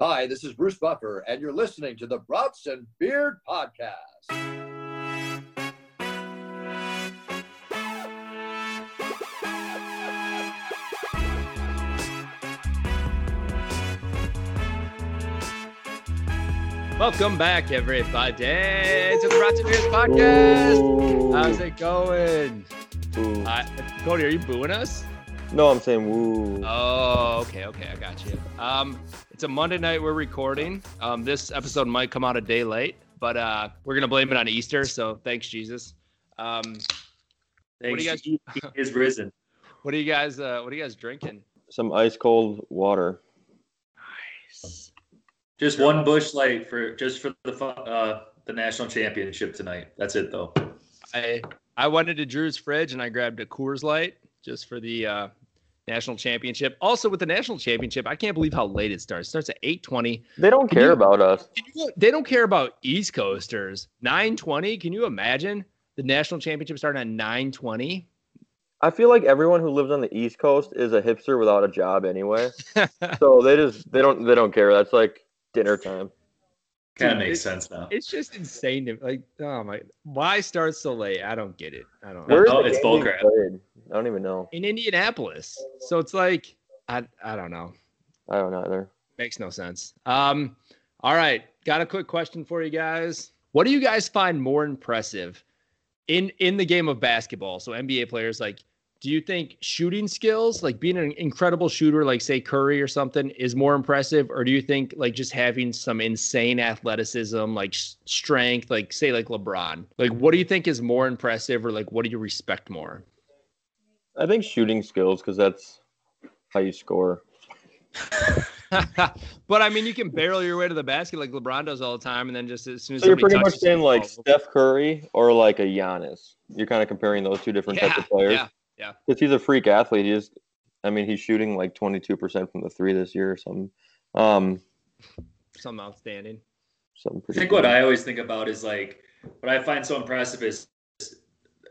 Hi, this is Bruce Buffer, and you're listening to the Broughts and Beard Podcast. Welcome back, everybody, to the Rotten Beers podcast. How's it going? Woo. Uh, Cody, are you booing us? No, I'm saying woo. Oh, okay, okay, I got you. Um, it's a Monday night we're recording. Um, this episode might come out a day late, but uh, we're gonna blame it on Easter. So thanks, Jesus. Um, What do you guys- He is risen. what are you guys? Uh, what are you guys drinking? Some ice cold water. Just one bush light for just for the fu- uh, the national championship tonight. That's it though. I I went into Drew's fridge and I grabbed a Coors Light just for the uh, national championship. Also, with the national championship, I can't believe how late it starts. It starts at eight twenty. They don't Can you- care about us. Can you- they don't care about East Coasters. 920. Can you imagine the national championship starting at 920? I feel like everyone who lives on the East Coast is a hipster without a job anyway. so they just they don't they don't care. That's like dinner time. Kind Dude, of it- makes sense now. It's just insane to like oh my why start so late? I don't get it. I don't know. Where is Oh, the it's game bull being crap. played? I don't even know. In Indianapolis. So it's like I I don't know. I don't know either. Makes no sense. Um, all right, got a quick question for you guys. What do you guys find more impressive in in the game of basketball? So NBA players, like, do you think shooting skills, like being an incredible shooter, like say Curry or something, is more impressive, or do you think like just having some insane athleticism, like s- strength, like say like LeBron, like what do you think is more impressive, or like what do you respect more? I think shooting skills because that's how you score. but I mean, you can barrel your way to the basket like LeBron does all the time, and then just as soon as So you're somebody pretty much touches you, saying like it's all over. Steph Curry or like a Giannis. You're kind of comparing those two different types of players. Yeah, because he's a freak athlete. He just, I mean, he's shooting like 22% from the three this year or something. Um, something outstanding. something I pretty think what I always think about is like what I find so impressive is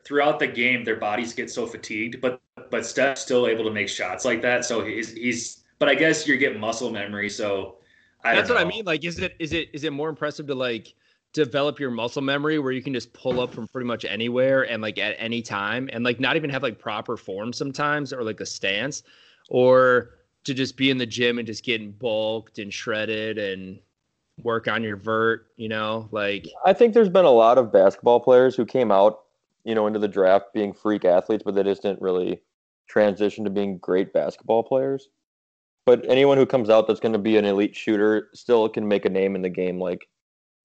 throughout the game their bodies get so fatigued, but but Steph's still able to make shots like that. So he's he's. But I guess you get muscle memory. So I That's don't what I know. mean. Like, is it is it is it more impressive to like develop your muscle memory where you can just pull up from pretty much anywhere and like at any time and like not even have like proper form sometimes or like a stance, or to just be in the gym and just getting bulked and shredded and work on your vert, you know, like I think there's been a lot of basketball players who came out, you know, into the draft being freak athletes, but they just didn't really transition to being great basketball players. But anyone who comes out that's going to be an elite shooter still can make a name in the game. Like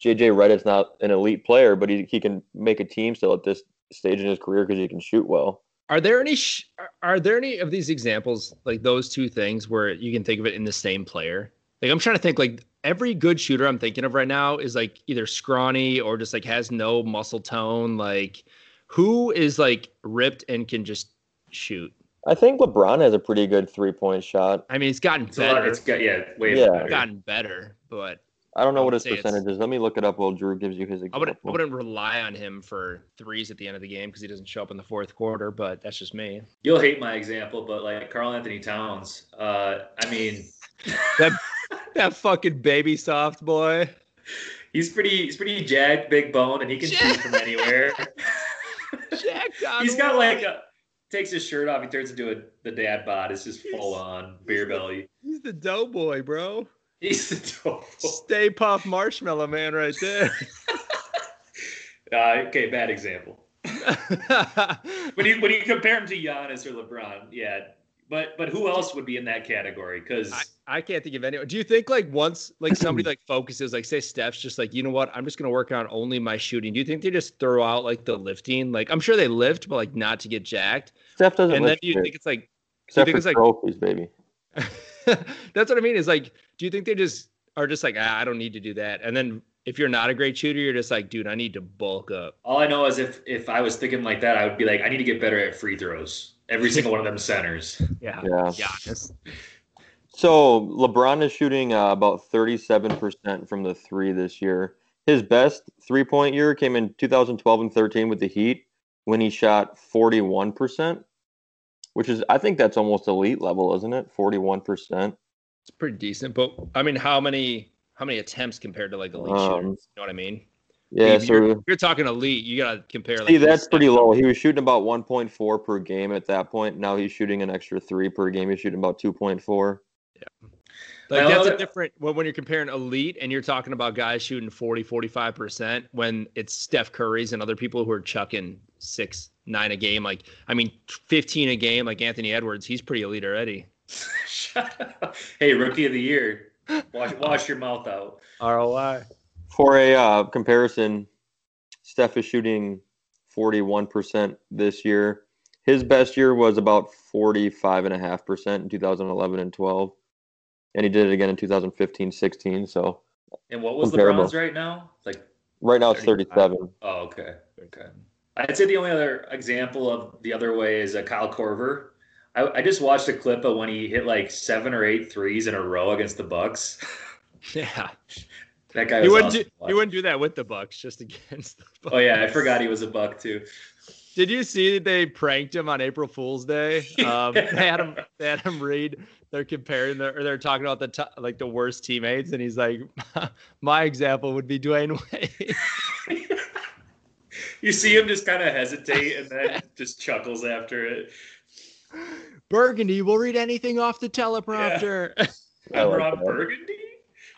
JJ Reddick's not an elite player, but he, he can make a team still at this stage in his career because he can shoot well. Are there any sh- are- are there any of these examples like those two things where you can think of it in the same player? Like I'm trying to think like every good shooter I'm thinking of right now is like either scrawny or just like has no muscle tone. Like who is like ripped and can just shoot? I think LeBron has a pretty good three point shot. I mean, it's gotten It's a lot. better. It's got yeah, way Yeah. better. It's gotten better, but I don't know I what would his say it's- percentage is. Let me look it up while Drew gives you his I example. wouldn't I wouldn't rely on him for threes at the end of the game because he doesn't show up in the fourth quarter. But that's just me. You'll hate my example, but like Carl Anthony Towns. Uh, I mean. That fucking baby soft boy. He's pretty he's pretty jacked, big bone, and he can shoot from anywhere. Jack he's got like a, takes his shirt off, he turns into a the dad bod. It's just full on beer belly. he's the doughboy, bro. He's the total. Stay Puff Marshmallow Man right there. Uh, okay, bad example. When you when you compare him to Giannis or LeBron, yeah. But but who else would be in that category? Because I, I can't think of anyone. Do you think like once like somebody like focuses like say Steph's just like you know what I'm just gonna work on only my shooting. Do you think they just throw out like the lifting? Like I'm sure they lift, but like not to get jacked. Steph doesn't And then lift do you shit, think it's like except think for it's like- trophies, baby. that's what I mean? Is like do you think they just are just like ah, I don't need to do that? And then if you're not a great shooter, you're just like dude I need to bulk up. all I know is if if I was thinking like that, I would be like, I need to get better at free throws. Every single one of them centers. Yeah. Yeah. Yeah. that's- So LeBron is shooting uh, about 37% from the three this year. His best three point year came in 2012 and 13 with the Heat when he shot 41%, which is, I think that's almost elite level, isn't it? 41%. It's pretty decent, but I mean, how many how many attempts compared to like elite Um, shooters? You know what I mean? Yeah, If you're, so if you're talking elite. You gotta compare. see who's that's pretty stepping low. up. He was shooting about 1.4 per game at that point. Now he's shooting an extra three per game. He's shooting about 2.4. Like Now, that's a uh, different when, when you're comparing elite and you're talking about guys shooting 40, 45% when it's Steph Curry's and other people who are chucking six, nine a game. Like, I mean, 15 a game, like Anthony Edwards, he's pretty elite already. Shut up. Hey, rookie of the year. Wash, wash your mouth out. ROI. For a uh, comparison, Steph is shooting 41% this year. His best year was about 45.5% in 2011 and 12. And he did it again in 2015 16. So And what was Comparable. LeBron's right now? Like, right now it's 35. 37. oh, okay. Okay. I'd say the only other example of the other way is uh, Kyle Corver. I, I just watched a clip of when he hit like seven or eight threes in a row against the Bucks. Yeah. that guy was He wouldn't awesome do he to watch. wouldn't do that with the Bucks, just against the Bucks. Oh yeah, I forgot he was a buck too. Did you see that they pranked him on April Fool's Day? Um, they had him, they had him read. They're comparing, the, or they're talking about the t- like the worst teammates, and he's like, "My example would be Dwayne Wade." You see him just kind of hesitate and then just chuckles after it. Burgundy will read anything off the teleprompter. I I'm like Rob that. Burgundy.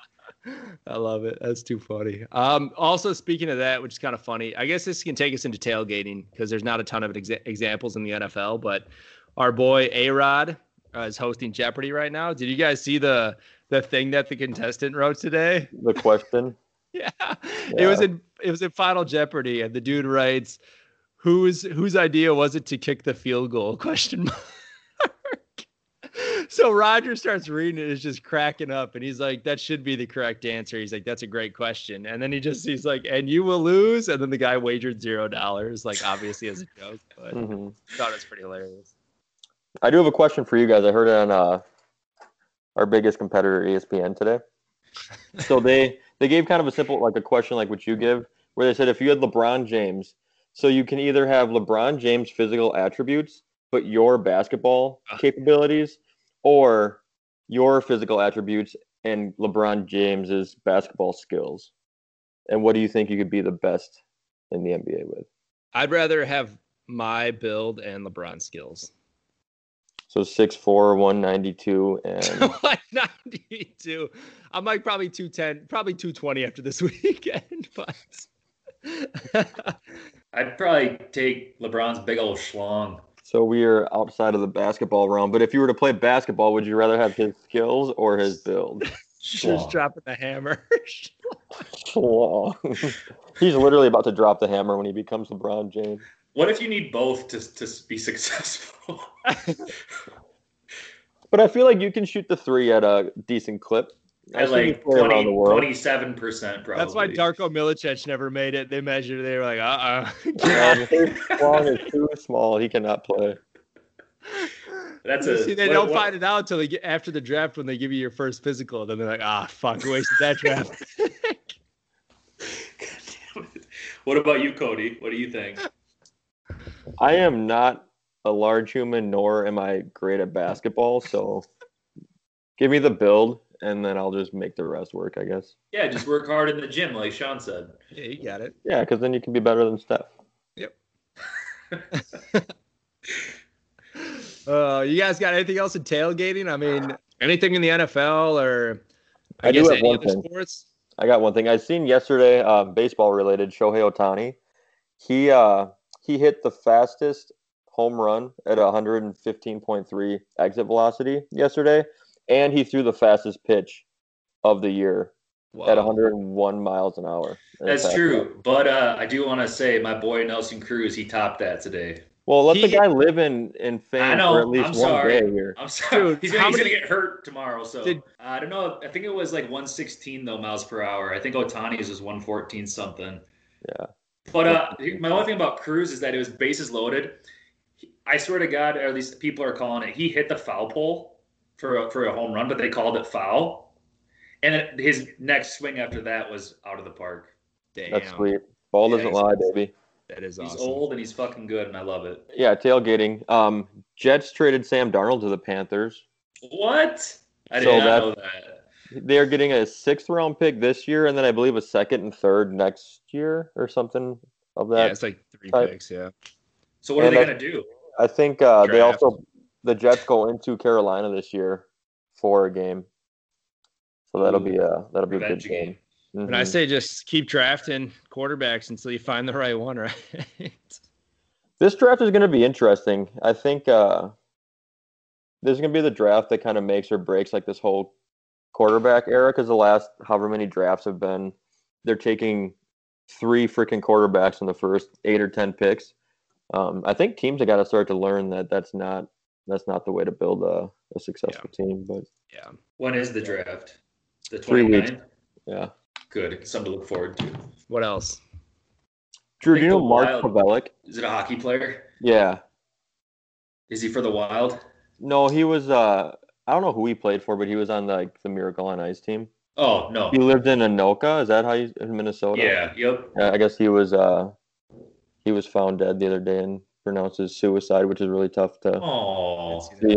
I love it. That's too funny. Um, also, speaking of that, which is kind of funny, I guess this can take us into tailgating because there's not a ton of exa- examples in the NFL. But our boy A Rod uh, is hosting Jeopardy right now. Did you guys see the the thing that the contestant wrote today? The question. Yeah. It was in it was in Final Jeopardy, and the dude writes, "Whose whose idea was it to kick the field goal?" Question mark. so Roger starts reading it, is just cracking up, and he's like, "That should be the correct answer." He's like, "That's a great question," and then he just he's like, "And you will lose," and then the guy wagered zero dollars, like obviously as a joke, but I Mhm. thought it was pretty hilarious. I do have a question for you guys. I heard it on uh, our biggest competitor, E ESPN, today. So they they gave kind of a simple like a question like what you give, where they said if you had LeBron James, so you can either have LeBron James' physical attributes, but your basketball Ah. capabilities, or your physical attributes and LeBron James's basketball skills. And what do you think you could be the best in the NBA with? I'd rather have my build and LeBron skills. So 6'4", 192, and like 92. I'm like probably 210, probably 220 after this weekend. But I'd probably take LeBron's big old schlong. So we are outside of the basketball realm, but if you were to play basketball, would you rather have his skills or his build? just Schlong. dropping the hammer. Wow. He's literally about to drop the hammer when he becomes LeBron James. What if you need both to, to be successful? But I feel like you can shoot the three at a decent clip. I've At seen you like play 20, around the world. 27% probably. That's why Darko Milicic never made it. They measured, they were like, uh Um, his long is too small. He cannot play. uh That's a. See, they what- don't what- find it out until they get after the draft when they give you your first physical. Then they're like, ah, fuck, wasted that draft. What about you, Cody? What do you think? I am not a large human, nor am I great at basketball. So give me the build, and then I'll just make the rest work, I guess. Yeah, just work hard in the gym, like Sean said. yeah, you got it. Yeah, because then you can be better than Steph. Uh, you guys got anything else in tailgating? I mean, anything in the NFL or I, I do guess have any one other thing. sports? I got one thing I seen yesterday, uh, baseball related. Shohei Otani, he uh, he hit the fastest home run at 115.3 exit velocity yesterday, and he threw the fastest pitch of the year at 101 miles an hour. That's true. But uh, I do want to say my boy Nelson Cruz, he topped that today. Well, let He- the guy live in in I fame know, for at least I'm one sorry. day here. I'm sorry. Dude, he's gonna, how he's many- gonna get hurt tomorrow. So uh, Did- I don't know. I think it was like 116 though miles per hour. I think Otani's was 114 something. Yeah. But uh, my only thing about Cruz is that it was bases loaded. He- I swear to God, or at least people are calling it. He hit the foul pole for a, for a home run, but they called it foul. And it, his next swing after that was out of the park. Damn, That's sweet. Ball Yeah, doesn't he's- lie, baby. That is He's awesome. old and he's fucking good, and I love it. Yeah, tailgating. Um, Jets traded Sam Darnold to the Panthers. What? I did So not that- know that. They are getting a sixth round pick this year, and then I believe a second and third next year or something of yeah, that. it's like three type. picks. Yeah. So what are And they I- gonna do? I think uh, they Draft. also the Jets go into Carolina this year for a game, so that'll be a that'll be a good Revenge game. game. But I Mhm. say just keep drafting quarterbacks until you find the right one, right? This draft is going to be interesting. I think uh, this is going to be the draft that kind of makes or breaks like this whole quarterback era because the last however many drafts have been, they're taking three freaking quarterbacks in the first eight or ten picks. Um, I think teams have got to start to learn that that's not that's not the way to build a, a successful team. But yeah. When is the draft? The Three weeks. 29th? yeah, Good. Something to look forward to. What else? Drew, do think you know the Mark Wild- Pavelic? Is it a hockey player? Yeah, Is he for the Wild? no, he was. Uh, I don't know who he played for, but he was on like the Miracle on Ice team. Oh no. He lived in Anoka. Is that how you in Minnesota? Yeah. Yep. Yeah, I guess he was uh he was found dead the other day and pronounced as suicide, which is really tough to Oh. see.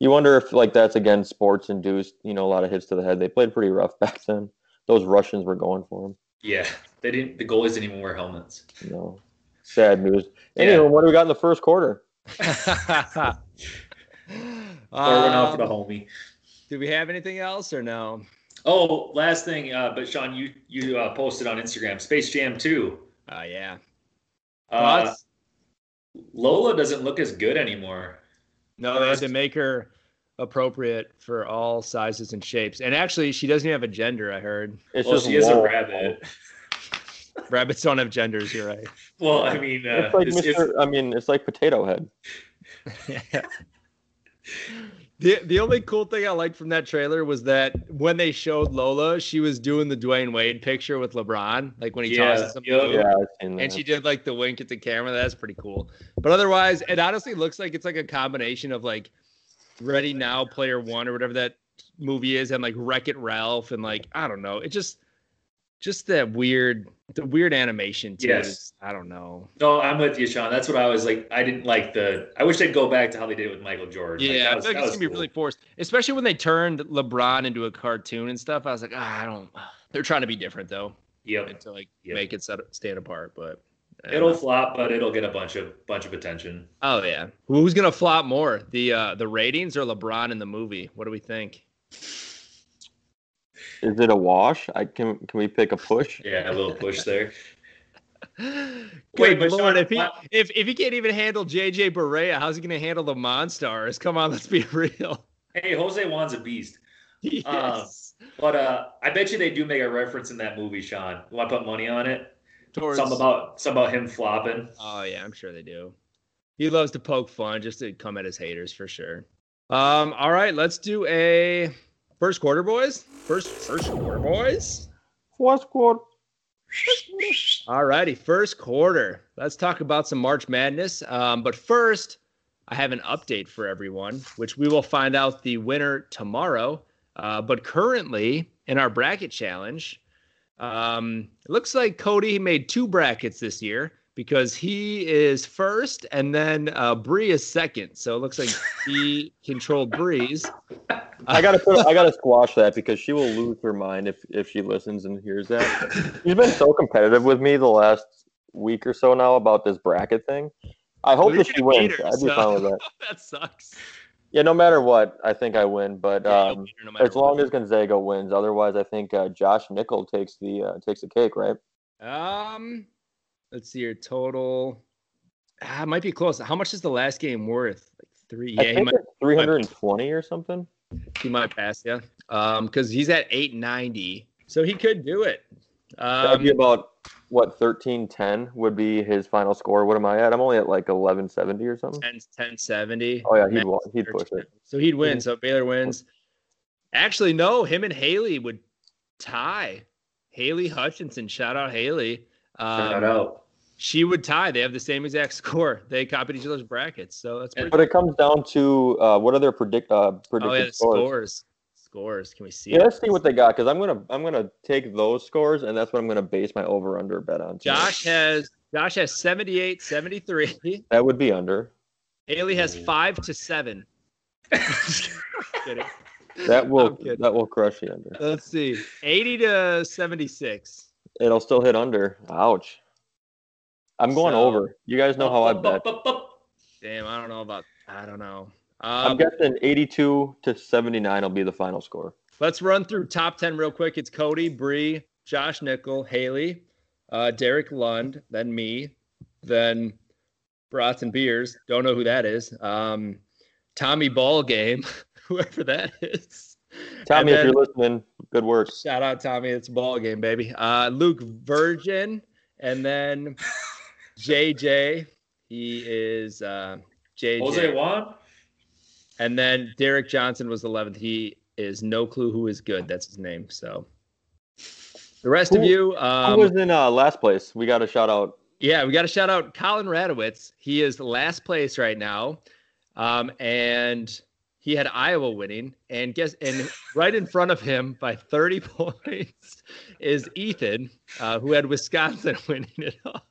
You wonder if like that's again sports induced, you know, a lot of hits to the head. They played pretty rough back then. Those Russians were going for him. Yeah. They didn't. The goalies didn't even wear helmets. You know. Sad news. Yeah. Anyway, what do we got in the first quarter? Uh, Throw one out for Um, the homie. do we have anything else or no? Oh, last thing. Uh, but Sean, you you uh, posted on Instagram Space Jam 2. Oh yeah. Uh, Thoughts? Lola doesn't look as good anymore. No, they had to First- make her appropriate for all sizes and shapes. And actually, she doesn't even have a gender. I heard It's well, she is a Lowell. rabbit. rabbits don't have genders. You're right. Well, I mean, uh, It's like this is- Mr. I mean, it's like Potato Head. the The only cool thing I liked from that trailer was that when they showed Lola, she was doing the Dwayne Wade picture with LeBron, like when he Yeah, tosses him. yeah. Yeah, I've seen that. And she did like the wink at the camera. That's pretty cool. But otherwise, it honestly looks like it's like a combination of like Ready Now Player One or whatever that movie is, and like Wreck It Ralph, and like I don't know. It just just that weird the weird animation to Yes. it. is- I don't know. no, I'm with you, Sean. That's what I was like. I didn't like the. I wish they'd go back to how they did it with Michael Jordan. Like, Yeah, that I was- feel like that it's was gonna be cool. really forced, especially when they turned LeBron into a cartoon and stuff. I was like, ah, I don't. They're trying to be different though, Yep. to like Yeah. make it set, stand apart. But I don't It'll know. flop, but it'll get a bunch of bunch of attention. Oh yeah. Who's gonna flop more? The uh the ratings or LeBron in the movie? What do we think? is it a wash? I can can we pick a push? Yeah, a little push there. Good but Lord, Sean, if he I- if, if he can't even handle JJ Barea, how's he gonna handle the Monstars? Come on, let's be real. Hey, Jose Juan's a beast. yes. But uh, I bet you they do make a reference in that movie, Sean. You want to put money on it? Towards- Something about something about him flopping. oh yeah, I'm sure they do. He loves to poke fun just to come at his haters for sure. Um, all right, let's do a first quarter, boys. First first quarter, boys. First quarter. All righty, first quarter. Let's talk about some March Madness. Um, but first, I have an update for everyone, which we will find out the winner tomorrow. Uh, but currently, in our bracket challenge, um, it looks like Cody made two brackets this year because he is first and then uh, Bree is second. So it looks like he controlled Bree's. I gotta put, I gotta squash that because she will lose her mind if if she listens and hears that. She's been so competitive with me the last week or so now about this bracket thing. I hope Well, that you're she gonna wins. beat her, I'd be so- fine with that. that sucks. Yeah, no matter what, I think I win. But Yeah, you'll um, beat her no matter as long what. as Gonzaga wins, otherwise, I think uh, Josh Nickel takes the uh, takes the cake, right? Um, let's see your total. Ah, it might be close. How much is the last game worth? Like three. I Yeah, he think might, it's 320 or something. he might pass. Yeah. Um, because he's at eight ninety, so he could do it. That'd Um, be about what 1310 would be his final score. What am I at? I'm only at like 1170 or something. 10, 1070. Oh yeah, he'd Max wa- he'd push 13. it. Mm-hmm. So he'd win. So Baylor wins. Actually, no. Him and Haley would tie. Haley Hutchinson. Shout out Haley. Um, Shout out. She would tie. They have the same exact score. They copied each other's brackets. So that's pretty. But it comes down to uh, what are their predict uh, predicted Oh yeah, the scores. scores. Scores. Can we see? Yeah, it? let's see what they got because I'm gonna I'm gonna take those scores and that's what I'm gonna base my over under bet on. tonight. Josh has Josh has 78, 73. that would be under. Haley has Ooh. five to seven. Kidding. That I'm will kidding. that will crush the under. Let's see. 80 to 76. It'll still hit under. Ouch. I'm going So- oh, over. You guys know how I bet. Damn, I don't know about I don't know. I'm Um, guessing 82 to 79 will be the final score. let's run through top 10 real quick. It's Cody, Bree, Josh Nickel, Haley, uh, Derek Lund, then me, then Brats and Beers. Don't know who that is. Um, Tommy Ball Game, whoever that is. And Tommy, if then- you're listening, good work. Shout out Tommy, it's a ball game, baby. Uh, Luke Virgin, and then JJ. He is uh, JJ, Jose Juan? and then Derek Johnson was 11th. He is no clue who is good. That's his name. So the rest of Who- you, Who um, was in uh, last place? We got a shout out. yeah, we got to shout out Colin Radowitz. He is last place right now, um, and he had Iowa winning. And guess and right in front of him by 30 points is Ethan, uh, who had Wisconsin winning it all.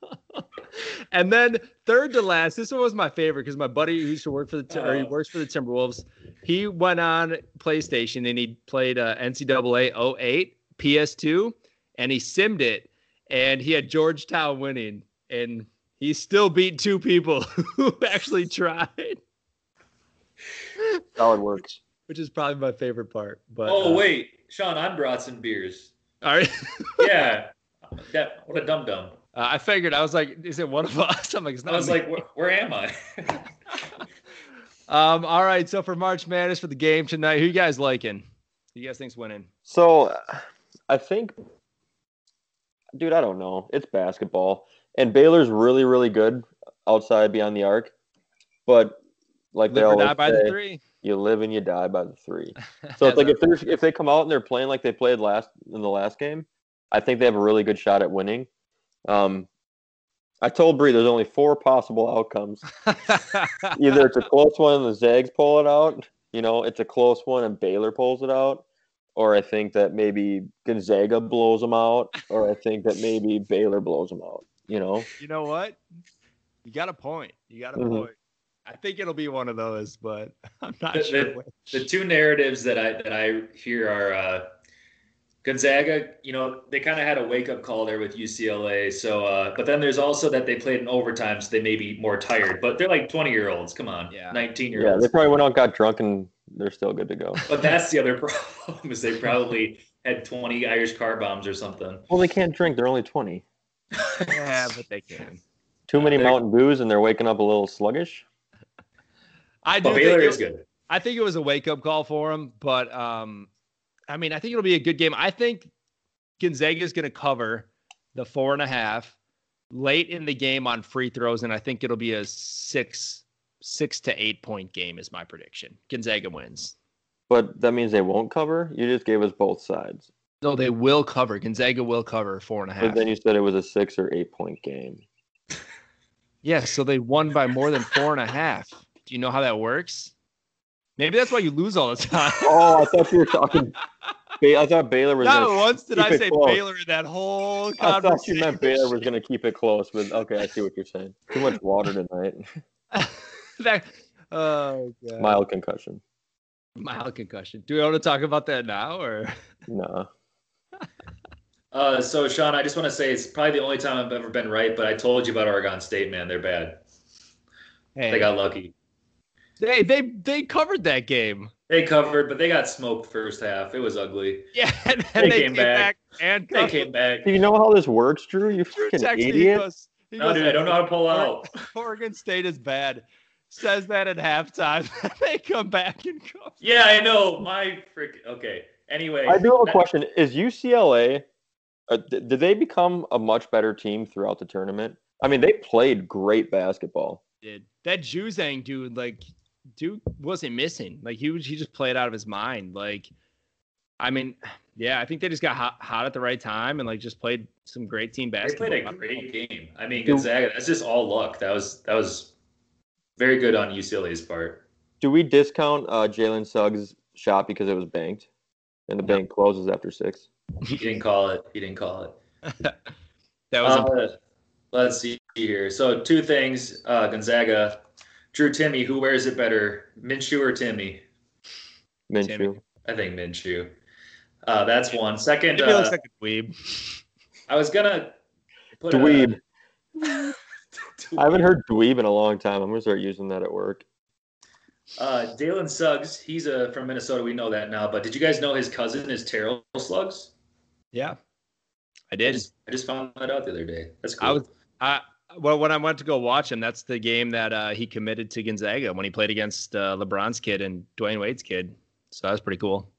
and then third to last, this one was my favorite because my buddy who used to work for the Tim- or he Oh. works for the Timberwolves, he went on PlayStation and he played uh, NCAA 08 PS2 and he simmed it and he had Georgetown winning and he still beat two people who actually tried, Solid work. which is probably my favorite part. But Oh, uh, wait. Sean, I'm Bratson Beers. all right. Yeah. that, what a dum dum. Uh, I figured I was like, is it one of us? I'm like, it's I not. was me. like, where, where am I? um, all right. So for March Madness for the game tonight, who you guys liking? Who you guys think's winning? So uh, I think, dude, I don't know. It's basketball. And Baylor's really, really good outside beyond the arc. But like they Live or always die by say, the three. you live and you die by the three. So it's like if they if they come out and they're playing like they played last in the last game, I think they have a really good shot at winning. Um, I told Bree there's only four possible outcomes. Either it's a close one and the Zags pull it out, you know, it's a close one and Baylor pulls it out, or I think that maybe Gonzaga blows them out, or I think that maybe Baylor blows them out. You know, you know what? You got a point. You got a Mhm. point. I think it'll be one of those, but I'm not The- sure. the- which. the two narratives that I that I hear are uh, Gonzaga. You know, they kind of had a wake up call there with UCLA. So, uh, but then there's also that they played in overtime, so they may be more tired. But they're like 20 year olds. Come on, Yeah. 19 year yeah, olds. they probably went out, got drunk, and they're still good to go. But that's the other problem is they probably had 20 Irish car bombs or something. Well, they can't drink; they're only twenty. yeah, but they can. Too many They're- Mountain Dews, and they're waking up a little sluggish. I do. But Think Baylor it- is good. I think it was a wake up call for him, but um, I mean, I think it'll be a good game. I think Gonzaga is going to cover the four and a half late in the game on free throws, and I think it'll be a six, six to eight point game is my prediction. Gonzaga wins. But that means they won't cover. You just gave us both sides. No, they will cover. Gonzaga will cover four and a half. But then you said it was a six or eight point game. yeah, so they won by more than four and a half. Do you know how that works? Maybe that's why you lose all the time. Oh, I thought you were talking. Ba- I thought Baylor was. Not gonna, once did I keep it say close. Baylor in that whole I conversation. thought you meant Baylor was going to keep it close. With okay, I see what you're saying. Too much water tonight. that, oh god. Mild. Mild concussion. concussion. Do we want to talk about that now or Nah. Uh, so Sean, I just want to say it's probably the only time I've ever been right. But I told you about Oregon State, man. They're bad. They hey, got lucky. they, they they covered that game. They covered, but they got smoked first half. It was ugly. Yeah, and then they, came, back, and They covered. came back. Do you know how this works, Drew? You Drew freaking texted me, he idiot. goes- he No, goes, dude, I don't know how to pull out. Oregon State is bad. Says that at halftime. they come back and cover. Yeah, I know. My freak. Okay. Anyway, I do have a that- question. Is UCLA? Uh, d- did they become a much better team throughout the tournament? I mean, they played great basketball. Dude, that Juzang dude, like, dude wasn't missing. Like, he was, he just played out of his mind. Like, I mean, yeah, I think they just got hot, hot at the right time and like just played some great team They basketball. played a great game. I mean, Do- Gonzaga. That's just all luck. That was that was very good on UCLA's part. Do we discount uh, Jalen Suggs' shot because it was banked, and the bank closes after six? He didn't call it. He didn't call it. that was Uh, let's see here. So two things. Uh, Gonzaga, Drew Timmy. Who wears it better, Minshew or Timmy? Minshew. Timmy. I think Minshew. Uh, that's one. Second, Maybe he uh, looks like a dweeb. I was gonna put uh, a- Dweeb. Dweeb. I haven't heard dweeb in a long time. I'm gonna start using that at work. Uh, Dalen Suggs, he's uh, from Minnesota. We know that now. But did you guys know his cousin is Terrell Suggs? Yeah, I I did. just, I just found that out the other day. That's cool. I was. I well, when I went to go watch him, that's the game that uh, he committed to Gonzaga when he played against uh, LeBron's kid and Dwayne Wade's kid. So that was pretty cool.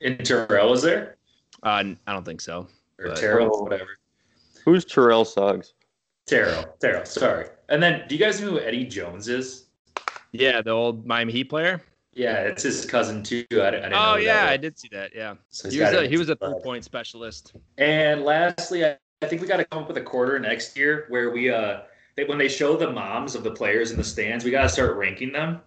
and Terrell was there Uh, n- I don't think so. or But- Terrell, Oh. whatever. Who's Terrell Suggs? Terrell, Terrell. Sorry. And then, do you guys know who Eddie Jones is? Yeah, the old Miami Heat player. Yeah, it's his cousin too. I, I didn't know Oh who that yeah, was. I did see that. Yeah, So he's he was got a, it. he was a three Uh, point specialist. And lastly, I, I think we got to come up with a quarter next year where we uh they, when they show the moms of the players in the stands, we got to start ranking them.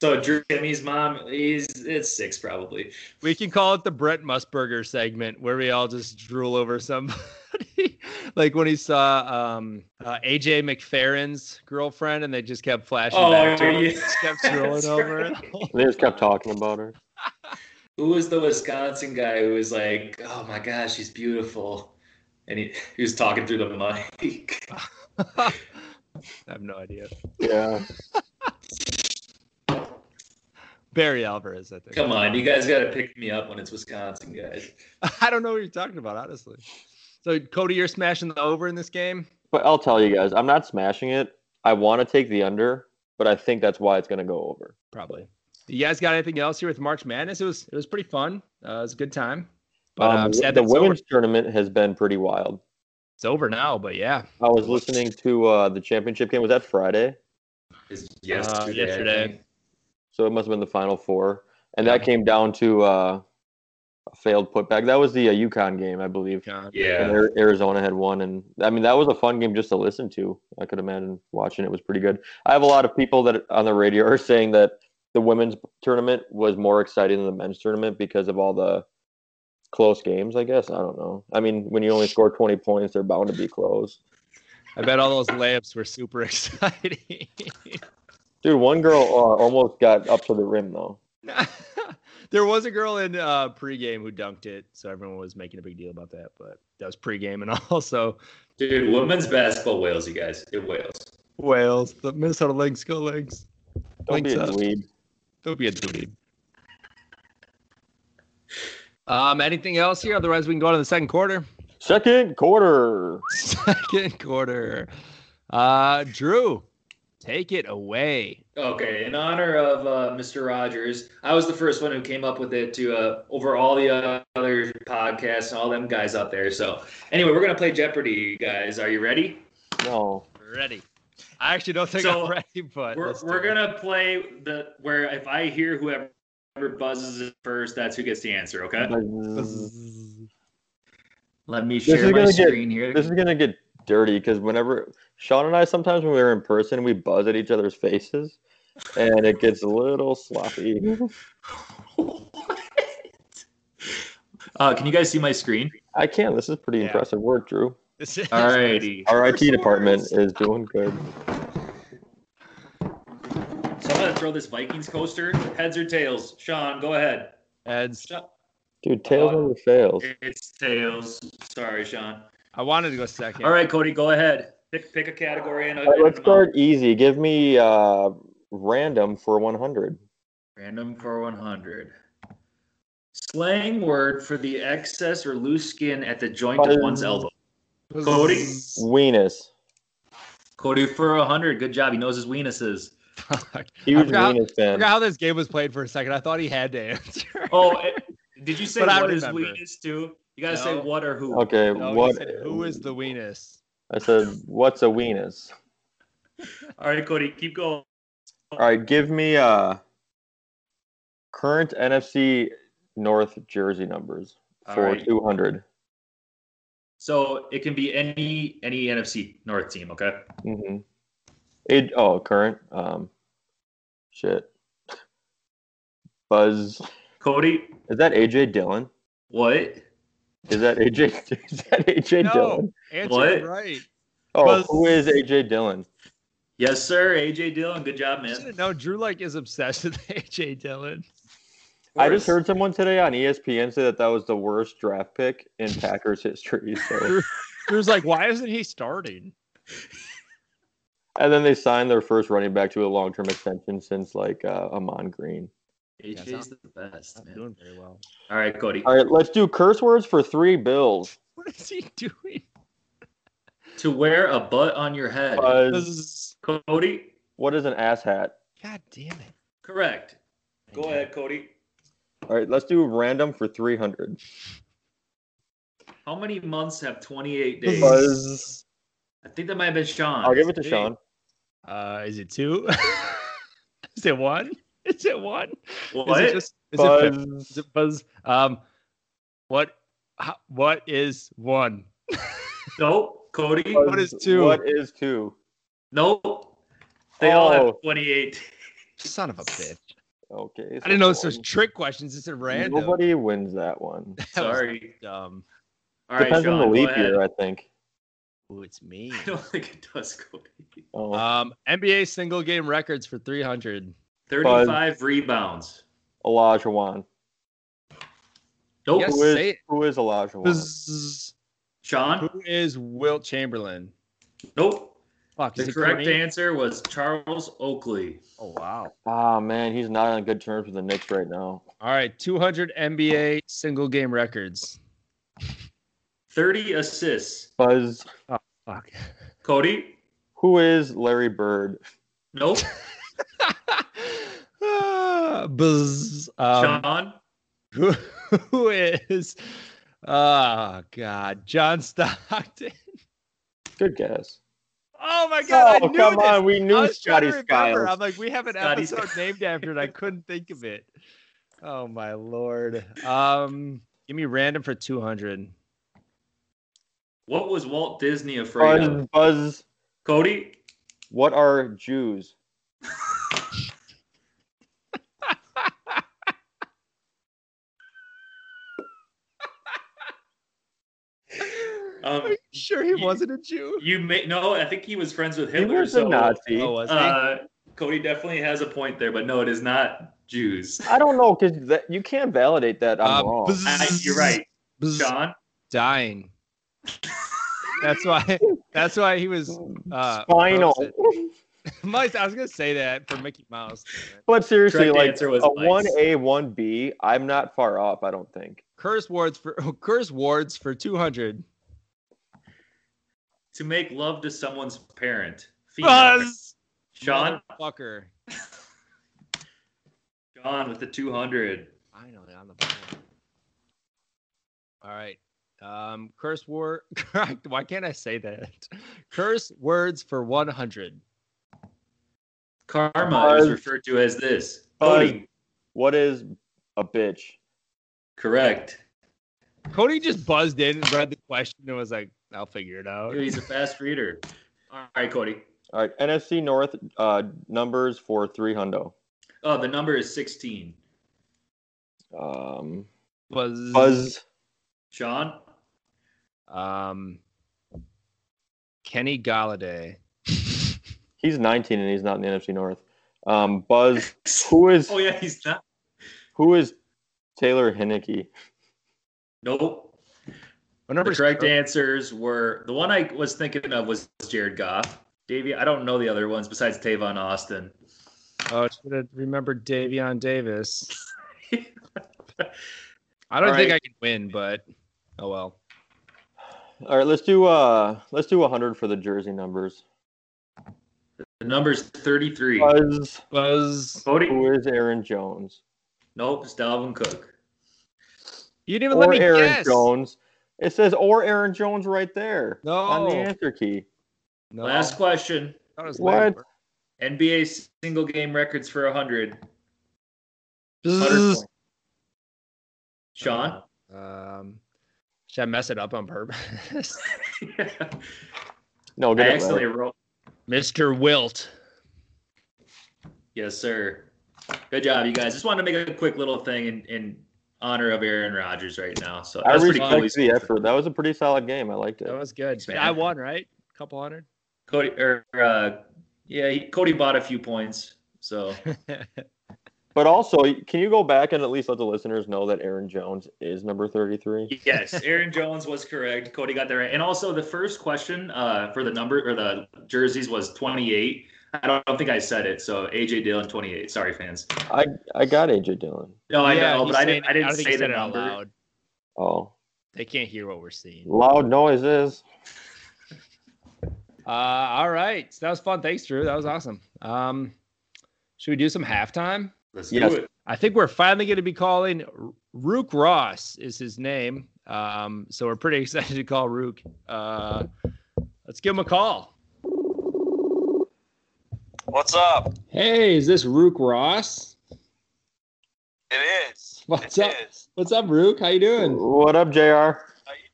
so Drew Timmy's mom, he's it's six probably. We can call it the Brett Musburger segment where we all just drool over somebody. like when he saw um, uh, AJ McFerrin's girlfriend and they just kept flashing Oh, back to her. yeah. Just kept drooling That's over right. it. They just kept talking about her. Who was the Wisconsin guy who was like, "Oh my gosh, she's beautiful," and he, he was talking through the mic. I have no idea. Yeah. Barry Alvarez, I think. Come on, you guys got to pick me up when it's Wisconsin, guys. I don't know what you're talking about, honestly. So Cody, you're smashing the over in this game. But I'll tell you guys, I'm not smashing it. I want to take the under, but I think that's why it's gonna go over. Probably. You guys got anything else here with March Madness? It was it was pretty fun. Uh, it was a good time. But uh, Um, I'm sad the that it's over. women's tournament has been pretty wild. it's over now. But yeah, I was listening to uh, the championship game. Was that Friday? It's yesterday. I yesterday. think. So it must have been the final four, and that came down to uh, a failed putback. That was the uh, UConn game, I believe. God. And Yeah. Ari- Arizona had won, and I mean that was a fun game just to listen to. I could imagine watching it was pretty good. I have a lot of people that on the radio are saying that the women's tournament was more exciting than the men's tournament because of all the close games. I guess I don't know. I mean, when you only score twenty points, they're bound to be close. I bet all those layups were super exciting. Dude, one girl uh, almost got up to the rim though. there was a girl in uh, pregame who dunked it, so everyone was making a big deal about that. But that was pregame, and also Dude, women's basketball whales, you guys. It whales. Wales, the Minnesota Lynx, go Lynx! Don't be a Link's up. dweeb. Don't be a dweeb. Um, anything else here? Otherwise, we can go on to the second quarter. Second quarter. Second quarter. Uh, Drew, take it away. Okay, in honor of uh, Mr. Rogers, I was the first one who came up with it to uh, over all the uh, other podcasts and all them guys out there. So, anyway, we're gonna play Jeopardy, you guys. Are you ready? No. Ready. I actually don't think So, I'm ready, but We're, let's do we're it. gonna play the where if I hear whoever buzzes it first, that's who gets the answer. Okay. This Let me share is my gonna get- here. is gonna get dirty because whenever Sean and I sometimes when we were in person, we buzz at each other's faces, and it gets a little sloppy. uh, can you guys see my screen? I can. This is pretty Yeah. impressive work, Drew. This is- Alrighty. Our IT department is doing good. So I'm gonna throw this Vikings coaster. Heads or tails? Sean, go ahead. Heads. Sean- Dude, tails over fails. It's tails. Sorry, Sean. I wanted to go second. All right, Cody, go ahead. Pick pick a category and All right, uh, let's and- start easy. Give me uh, random for 100. Random for 100. Slang word for the excess or loose skin at the joint of one's elbow. Cody? Weenus. Cody for 100. Good job. He knows his weenuses. Fuck. I Huge forgot, Weenus I fan. forgot how this game was played for a second. I thought he had to answer. Oh, eh, did you say But I what is remember. weenus too? You gotta say No. what or who. Okay, No, he what? said, Who is the weenus? I said, what's a weenus? All right, Cody, keep going. All right, give me uh current NFC North jersey numbers All for right. 200. So it can be any any NFC North team, okay? Mm-hmm. It oh current um shit buzz Cody, is that AJ Dillon? what? Is that AJ? Is that AJ No. Dillon? Answer What? it right. Oh, Buzz. who is AJ Dillon? Yes, sir. AJ Dillon, good job, You man. should know Drew like is obsessed with AJ Dillon. I just heard someone today on E ESPN say that that was the worst draft pick in Packers history. So. Drew's like, why isn't he starting? and then they signed their first running back to a long-term extension since like uh, Amon Green. HJ's the best. Not Man. doing very well. All right, Cody. All right, let's do curse words for three bills. What is he doing? To wear a butt on your head, This Buzz, is Cody. what is an ass hat? God damn it. Correct. Go ahead, Cody. All right, let's do random for three hundred. How many months have 28 days? Buzz. I think that might have been Sean. I'll give it to Hey, Sean. Uh, is it two? is it one? Is it one? What? Is it just is it, fif- is Buzz. it buzz? Um, what? How, what is one? no, Cody. Buzz, What is two? What is two? No. They all have Oh. 28. Son of a bitch! Oh. Okay. I didn't know this so was trick questions. It's a random. Nobody wins that one. That was Sorry. dumb. All right, Depends Sean. on the leap go ahead. year, I think. Ooh, it's me. I don't think it does, Cody. Oh, Um, NBA single game records for 300. 35 rebounds. Olajuwon. Nope. Yes, Who is say it. who is Olajuwon? Buzz. Sean. Who is Wilt Chamberlain? Nope. Fuck. is The it correct Kareem? answer was Charles Oakley. Oh wow. Ah man, he's not on good terms with the Knicks right now. All right, 200 NBA single game records. 30 assists. Buzz. Fuck. Cody. Who is Larry Bird? Nope. Ah, buzz. Um, Sean. who, who is? Oh God, John Stockton. Good guess. Oh my God, I oh knew come this. on, we I knew was trying Scotty to remember. I'm Skiles. like, we have an Scotty episode named after it. I couldn't think of it. Oh my lord. Um, give me random for 200. What was Walt Disney afraid Buzz, of? Buzz. Cody. What are Jews? Um, Are you Oh, sure he you- wasn't a Jew? Um, you may no. I think he was friends with He Hitler. was so, a Nazi. Oh, was he? Uh, Cody definitely has a point there, but no, it is not Jews. I don't know because that you can't validate that. I'm Um, Uh, wrong. buzz- I, you're right, Buzz. Sean. dying. That's why. That's why he was. Uh, Spinal. frozen. Mice. I was gonna say that for Mickey Mouse. But seriously, Correct like answer a was mice. one A, one B. I'm not far off. I don't think. Curse words for curse words for two hundred. To make love to someone's parent. Female. Buzz. Sean. Fucker. Sean with the 200. Finally on the board. All right. Um, curse word. Correct. Why can't I say that? Curse words for one hundred. Karma Buzz. is referred to as this. Buzz. Cody. What is a bitch? Correct. Cody just buzzed in and read the question and was like, "I'll figure it out." He's a fast reader. All right, Cody. All right, NFC North uh, numbers for three hundo. Oh, the number is 16. Um, Buzz. Buzz. Sean. Um, Kenny Galladay. He's 19 and he's not in the NFC North. Um, Buzz. Who is Oh, yeah, he's not. who is Taylor Hinnicky? Nope. What The number is- correct answers were the one I was thinking of was Jared Goff. Davey, I don't know the other ones besides Tavon Austin. Oh, I should have remembered Davion Davis. I don't All think right. I can win, but oh well. All right, let's do uh, let's do 100 for the jersey numbers. The number's 33. Buzz. Buzz. Cody? Who is Aaron Jones? Nope, it's Dalvin Cook. You didn't even let Or me Aaron guess. Jones. It says or Aaron Jones right there No. on the answer key. No, Last question. I thought it was What? Lambert. NBA single game records for 100. 100 Buzz. points. Sean? Um, should I mess it up on purpose? No, I get it accidentally right. wrote. Mr. Wilt. Yes, sir. Good job, you guys. Just wanted to make a quick little thing in, in honor of Aaron Rodgers right now. So I that's pretty cool. respect the effort. That was a pretty solid game. I liked That it. was good. man. I won, right? Couple hundred. Cody, or uh, Oh, yeah, he, Cody bought a few points. So But also, can you go back and at least let the listeners know that Aaron Jones is number 33? Yes, Aaron Jones was correct. Cody got that right. And also, the first question uh, for the number or the jerseys was 28. I don't, I don't think I said it. So AJ Dillon 28. Sorry, fans. I, I got AJ Dillon. No, I Yeah, know, he's but I saying- didn't. I didn't don't think he say the said it out number. loud. Oh, They can't hear what we're seeing. loud noises. Uh, all right, so that was fun. Thanks, Drew. That was awesome. Um, should we do some halftime? Let's Yes. do it. I think we're finally going to be calling R- Rook Ross is his name. Um, so we're pretty excited to call Rook. Uh, let's give him a call. What's up? Hey, is this Rook Ross? It is. What's It up? is. What's up, Rook? How you doing? What up, JR? How you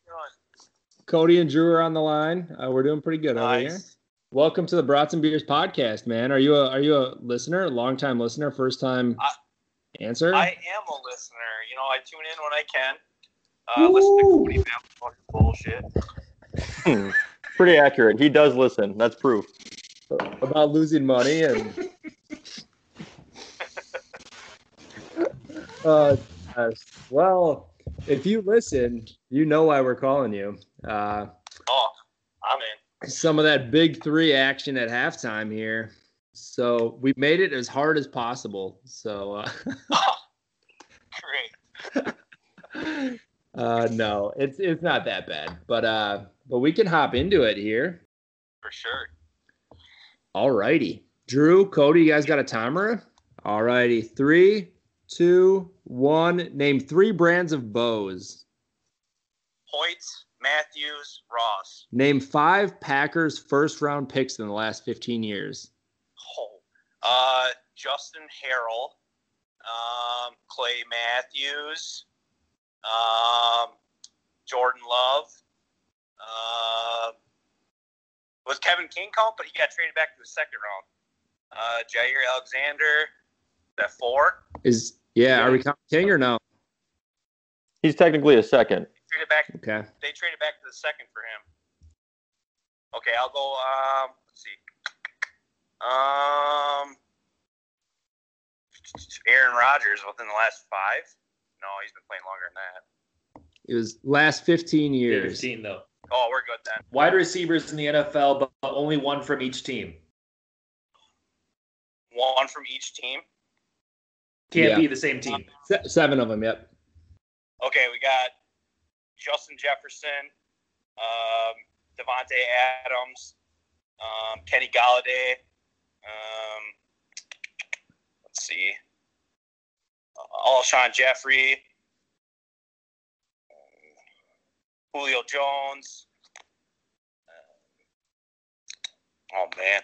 doing? Cody and Drew are on the line. Uh, we're doing pretty good over here. Nice. Welcome to the Brats and Beers podcast, man. Are you a are you a listener, long time listener, first time I- answer? I am a listener. You know, I tune in when I can. Uh, listen to Cody Bam fucking bullshit. Hmm. Pretty accurate. He does listen. That's proof. About losing money and. uh, gosh. well, if you listen, you know why we're calling you. Uh, Oh, I'm in. some of that big three action at halftime here. So we made it as hard as possible. So. Uh, Great. uh no it's it's not that bad but uh but we can hop into it here For sure. all righty drew cody you guys got a timer all righty three two one name three brands of bows Points, Matthews, Ross. name five packers first round picks in the last 15 years Oh. Uh, Justin Harrell. Um, Clay Matthews. Um, Jordan Love. Uh, was Kevin King called, but he got traded back to the second round. Uh, Jair Alexander. Is That four. is yeah are we counting king or no He's technically a second. Traded back. okay They traded back to the second for him. Okay, I'll go. Um, let's see. Um, Aaron Rodgers within the last five. No, he's been playing longer than that. it was last 15 Yeah, years 15 though. Oh, we're good then. Wide receivers in the NFL, but only one from each team. One from each team. Can't Yeah. be the same team. Se- seven of them yep Okay, we got Justin Jefferson, um, Devonte Adams, um, Kenny Galladay. Um, let's see, uh, Alshon Jeffrey, um, Julio Jones. um, Oh man.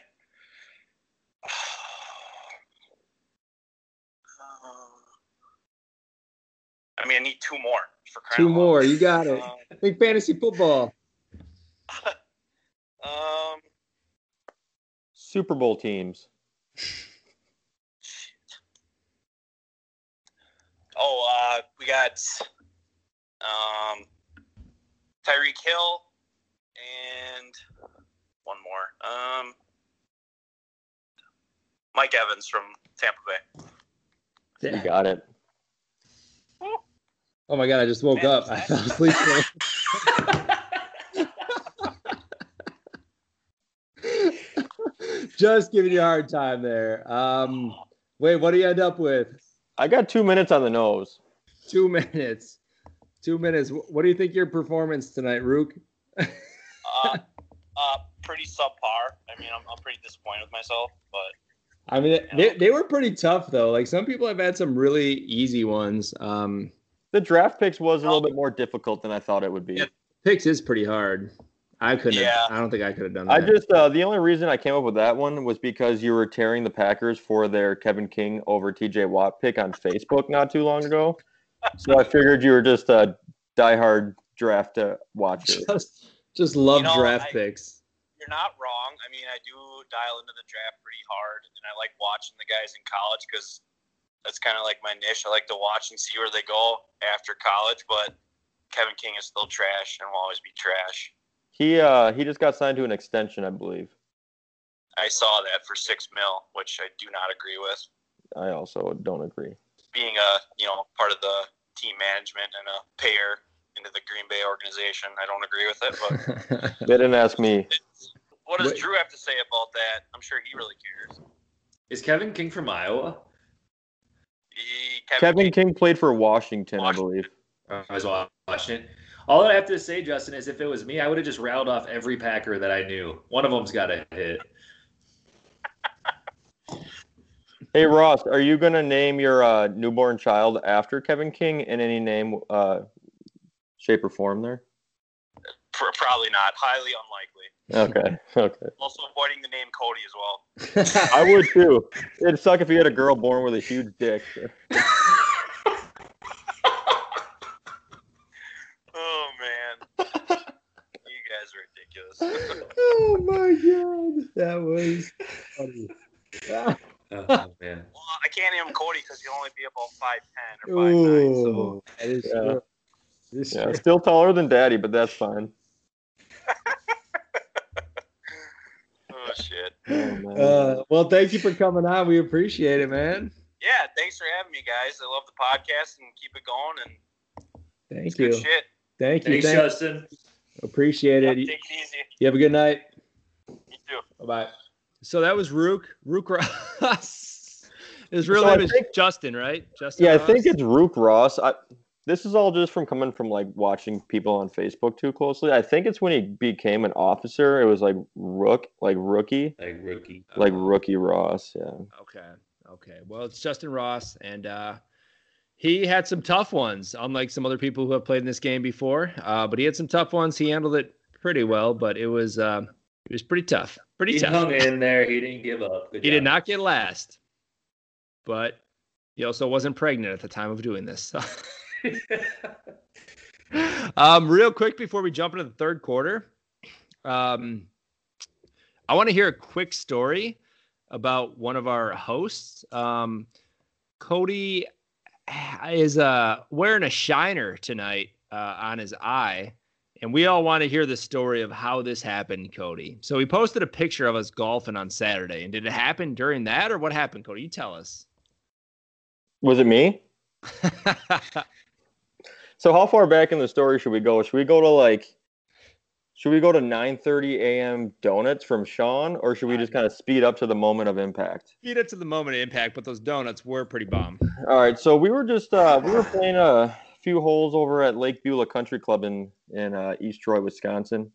Um, I mean, I need two more for crying two out loud. more you got it Um, big fantasy football Um, Super Bowl teams. oh, uh, we got um, Tyreek Hill and one more. Um, Mike Evans from Tampa Bay. You got it. Oh my god, I just woke Man, up. I that's- fell asleep. just giving you a hard time there. Um, wait, what do you end up with? I got two minutes on the nose. Two minutes. Two minutes. Wh- What do you think your performance tonight, Rook? Uh, uh, pretty subpar. I mean, I'm, I'm pretty disappointed with myself, but I mean, they, they were pretty tough though. Like some people have had some really easy ones. Um, The draft picks was a little bit more difficult than I thought it would be. Yeah. picks is pretty hard. I couldn't. Yeah. Have, I don't think I could have done that. I just uh, the only reason I came up with that one was because you were tearing the Packers for their Kevin King over T.J. Watt pick on Facebook not too long ago. So I figured you were just a diehard draft uh, watcher. just, just love You know, draft I- picks. you're not wrong. I mean, I do dial into the draft pretty hard, and I like watching the guys in college because that's kind of like my niche. I like to watch and see where they go after college, but Kevin King is still trash and will always be trash. He uh, he just got signed to an extension, I believe. I saw that for six mil, which I do not agree with. I also don't agree. being a you know part of the team management and a payer into the Green Bay organization. I don't agree with it, but They didn't ask me. it's, what does Wait. Drew have to say about that? I'm sure he really cares. Is Kevin King from Iowa? He, Kevin King played for Washington, I Washington. believe. I was watching it. All I have to say, Justin, is if it was me, I would have just rattled off every Packer that I knew. One of them's got to hit. Hey Ross, are you gonna name your uh, newborn child after Kevin King in any name, uh, shape, or form? There. Pr- probably not. Highly unlikely. Okay. Okay. Also avoiding the name Cody as well. I would too. It'd suck if you had a girl born with a huge dick. Oh man, you guys are ridiculous. oh my god, that was funny. Oh, man. Well, I can't name him Cody because he'll only be about five ten or five nine. So Ooh, that is Yeah. true. This Yeah, still taller than Daddy, but that's fine. oh shit. Oh, man. Uh, well, thank you for coming on. We appreciate it, man. Yeah, thanks for having me, guys. I love the podcast and keep it going. And it's Thank you. good shit. Thank you. Thanks, Thank, Justin. appreciate Yeah, it. take You it easy. you have a good night. You too. Bye bye. So that was Rook. Rook Ross. His real So I name is think- Justin, right? Justin. yeah, I Ross? think it's Roop Ross. I, this is all just from coming from like watching people on Facebook too closely. I think it's when he became an officer. It was like Rook, like rookie, Like rookie. like rookie Ross. Yeah. Okay. Okay. Well, it's Justin Ross, and uh, he had some tough ones, unlike some other people who have played in this game before. Uh, but he had some tough ones. He handled it pretty well, but it was uh, it was pretty tough. Pretty He tough. hung in there. He didn't give up. Good He job. did not get last, but he also wasn't pregnant at the time of doing this. so. um, real quick before we jump into the third quarter, um, I want to hear a quick story about one of our hosts. Um, Cody is uh, wearing a shiner tonight uh, on his eye. And we all want to hear the story of how this happened, Cody. So we posted a picture of us golfing on Saturday. And did it happen during that or what happened, Cody? You tell us. Was it me? So how far back in the story should we go? Should we go to like? Should we go to 9:30 a.m. donuts from Sean, or should we just kind of speed up to the moment of impact? Beat it to the moment of impact, but those donuts were pretty bomb. All right, so we were just uh, we were playing a few holes over at Lake Beulah Country Club in in uh, East Troy, Wisconsin.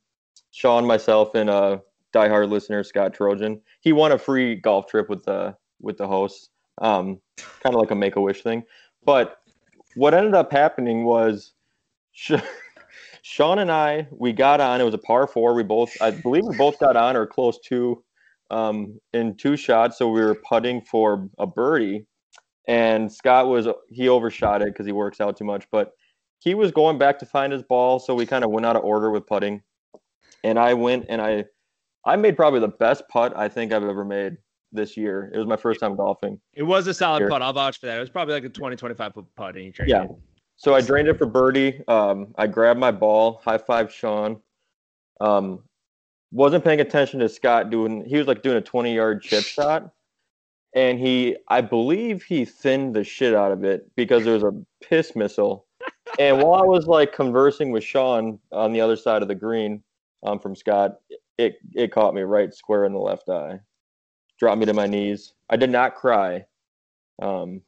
Sean, myself, and uh, diehard listener Scott Trojan. He won a free golf trip with the with the hosts, um, kind of like a Make a Wish thing. But what ended up happening was Sh- Sean and I we got on. It was a par four. We both I believe we both got on or close to um, in two shots. So we were putting for a birdie and Scott was he overshot it because he works out too much, but he was going back to find his ball, so we kind of went out of order with putting. And I went and I I made probably the best putt I think I've ever made this year. It was my first time golfing. It was a solid Sure. putt. I'll vouch for that. It was probably like a 20, 25 foot putt. And he drained Yeah. it. So I drained it for birdie. Um, I grabbed my ball, high five Sean. Um, wasn't paying attention to Scott doing. He was like doing a twenty yard chip shot, and he, I believe, he thinned the shit out of it because there was a piss missile. And while I was like conversing with Sean on the other side of the green, um, from Scott, it it caught me right square in the left eye, dropped me to my knees. I did not cry, um,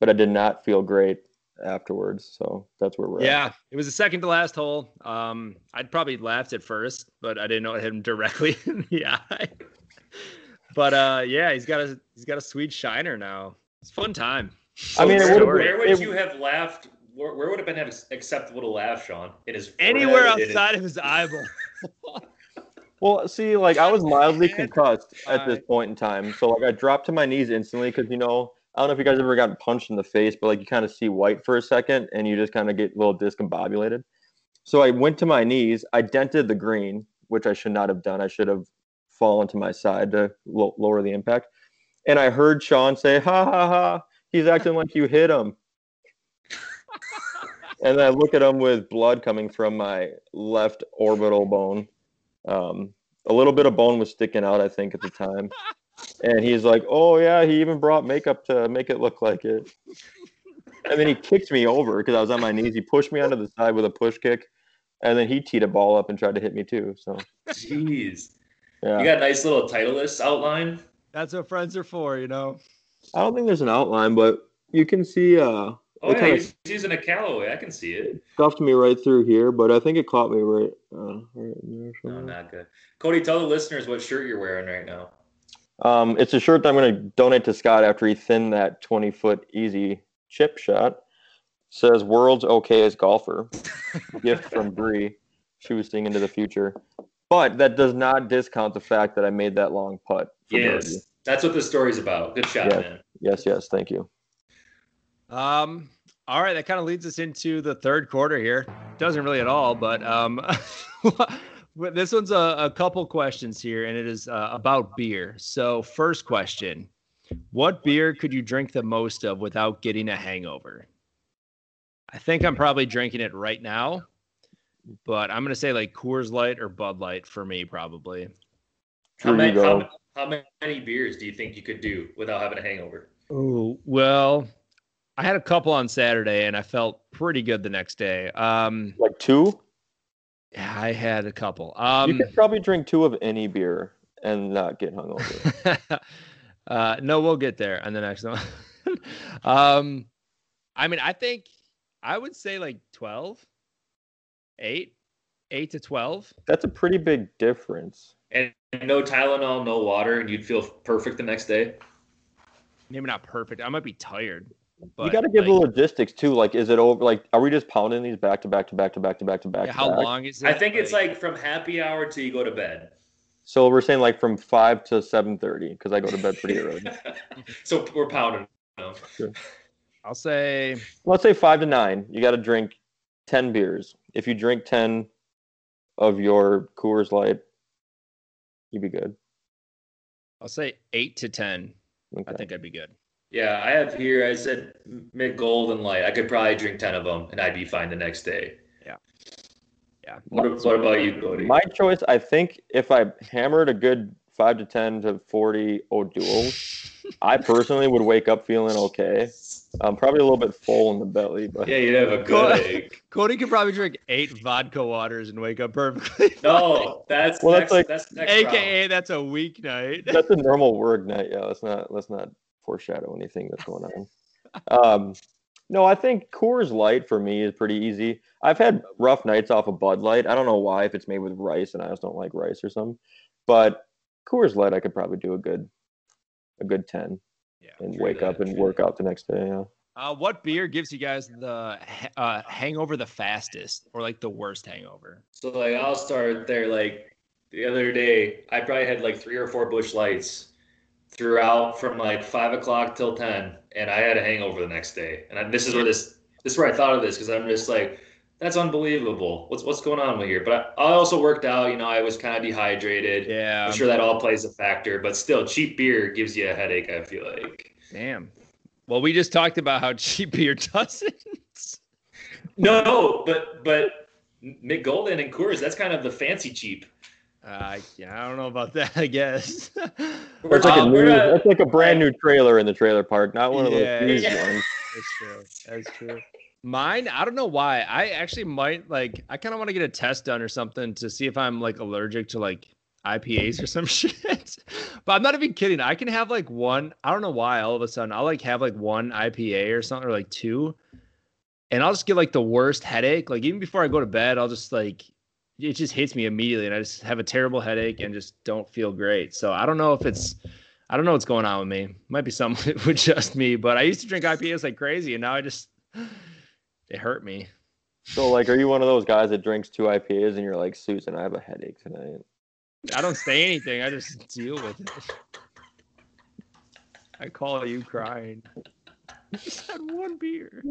but I did not feel great afterwards. So that's where we're at. Yeah, it was the second to last hole. Um, I'd probably laughed at first, but I didn't know it hit him directly in the eye. But uh, yeah, he's got a he's got a sweet shiner now. It's a fun time. I mean, it where, would've- where would it- you have laughed? Where, where would have been ex- acceptable to laugh, Sean? It is Anywhere outside of his eyeball. Well, see, like I was mildly Head, concussed at this point in time, so like I dropped to my knees instantly because you know I don't know if you guys ever gotten punched in the face, but like you kind of see white for a second and you just kind of get a little discombobulated. So I went to my knees, I dented the green, which I should not have done. I should have fallen to my side to lo- lower the impact, and I heard Sean say, "Ha ha ha! He's acting like you hit him." and then I look at him with blood coming from my left orbital bone. Um, a little bit of bone was sticking out, I think, at the time. And he's like, "Oh yeah, he even brought makeup to make it look like it." And then he kicked me over because I was on my knees. He pushed me onto the side with a push kick, and then he teed a ball up and tried to hit me too. So Jeez. yeah, You got a nice little title list outline. That's what friends are for, you know. I don't think there's an outline, but you can see uh, Oh, What yeah, kind of- he's using a Callaway. I can see it. stuffed me right through here, but I think it caught me right, uh, right in there No, somewhere. not good. Cody, tell the listeners what shirt you're wearing right now. Um, it's a shirt that I'm going to donate to Scott after he thinned that 20 foot easy chip shot. Says world's okayest golfer. Gift from Bree. She was seeing into the future. But that does not discount the fact that I made that long putt. for Yes. birdie. That's what this story's about. Good shot, Yes. man. Yes, yes. Thank you. Um, all right, that kind of leads us into the third quarter here. Doesn't really at all, but um, but this one's a, a couple questions here, and it is uh, about beer. So, first question: What beer could you drink the most of without getting a hangover? I think I'm probably drinking it right now, but I'm gonna say like Coors Light or Bud Light for me, probably. How Drew, you many, go. how, how many beers do you think you could do without having a hangover? Oh, well, I had a couple on Saturday, and I felt pretty good the next day. Um, Like two? Yeah, I had a couple. you Um, could probably drink two of any beer and not get hungover. uh, no, we'll get there on the next one. um, I mean, I think I would say like 12, 8, 8 to 12. That's a pretty big difference. And no Tylenol, no water, and you'd feel perfect the next day? Maybe not perfect. I might be tired. But you got to like, give the logistics too. Like, is it over? Like, are we just pounding these back to back to back to back to back to back? yeah, to how back? long is it? I think it's like from happy hour till you go to bed. So we're saying like from five to seven thirty because I go to bed pretty early. so we're pounding them. I'll say Let's say five to nine. You got to drink ten beers. If you drink ten of your Coors Light, you'd be good. I'll say 8 to 10. I Okay. think I'd be good. Yeah, I have here. I said mid gold and light. I could probably drink ten of them, and I'd be fine the next day. Yeah. Yeah. What, what about you, Cody? My choice, I think, if I hammered a good five to ten to forty O'Doul's, I personally would wake up feeling okay. Um, probably a little bit full in the belly, but yeah, you'd have a Go- good egg. Cody could probably drink eight vodka waters and wake up perfectly. No, that's Well, that's next, like- that's, next round. AKA, that's a weeknight. that's a normal word night. Yeah, let's not let's not foreshadow anything that's going on. Um, no, I think Coors Light for me is pretty easy. I've had rough nights off of Bud Light. I don't know why if it's made with rice and I just don't like rice or something. But Coors Light, I could probably do a good a good ten. Yeah, and true wake that, up and true work that. out the next day. Yeah. Uh, what beer gives you guys the ha- uh, hangover the fastest, or like the worst hangover? So like, I'll start there. Like the other day, I probably had like three or four bush lights throughout from like five o'clock till ten, and I had a hangover the next day. And I, this is where this this is where I thought of this because I'm just like, that's unbelievable. What's what's going on with here? But I, I also worked out. You know, I was kind of dehydrated. Yeah, I'm sure that all plays a factor, but still, cheap beer gives you a headache. I feel like. damn. Well, we just talked about how cheap beer doesn't. No, no, but but Mick Golden and Coors, that's kind of the fancy cheap. Uh, yeah, I don't know about that. I guess. Um, We're It's like, a not- new, Uh, we're not- it's like a brand new trailer in the trailer park, not one of those Yeah. huge Yeah. ones. That's true. That's true. Mine, I don't know why. I actually might like. I kind of want to get a test done or something to see if I'm like allergic to like IPAs or some shit. but I'm not even kidding. I can have like one. I don't know why. All of a sudden, I'll like have like one IPA or something, or like two, and I'll just get like the worst headache. Like even before I go to bed, I'll just like it just hits me immediately, and I just have a terrible headache and just don't feel great. So I don't know if it's I don't know what's going on with me. Might be something with just me, but I used to drink IPAs like crazy, and now I just they hurt me. So, like, are you one of those guys that drinks two IPAs and you're like, Susan, I have a headache tonight? I don't say anything. I just deal with it. I call you crying. I just had one beer.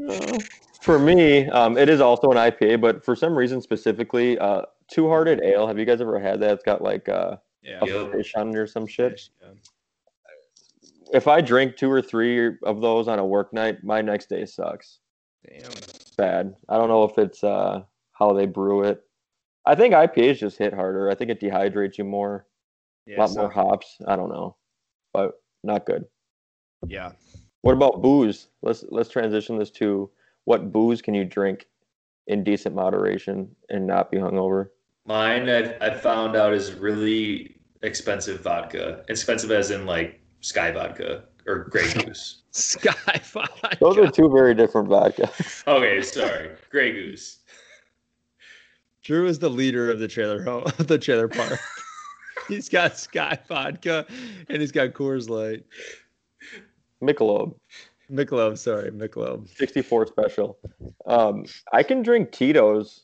For me, um, it is also an IPA, but for some reason specifically, uh, Two Hearted Ale. Have you guys ever had that? It's got like uh, Yeah. a Yep. fish on it or some shit. If I drink two or three of those on a work night, my next day sucks Damn. bad. I don't know if it's uh, how they brew it. I think IPAs just hit harder. I think it dehydrates you more. Yeah, a lot so more hops. I don't know. but not good. Yeah. What about booze? Let's let's transition this to what booze can you drink in decent moderation and not be hungover? Mine, I, I found out, is really expensive vodka. Expensive as in like Sky Vodka or Grey Goose. Sky Those are two very different vodka. Okay, sorry, Grey Goose. Drew is the leader of the trailer home, of the trailer park. he's got Sky Vodka and he's got Coors Light. Michelob, Michelob, sorry, Michelob. 64 special. Um, I can drink Tito's.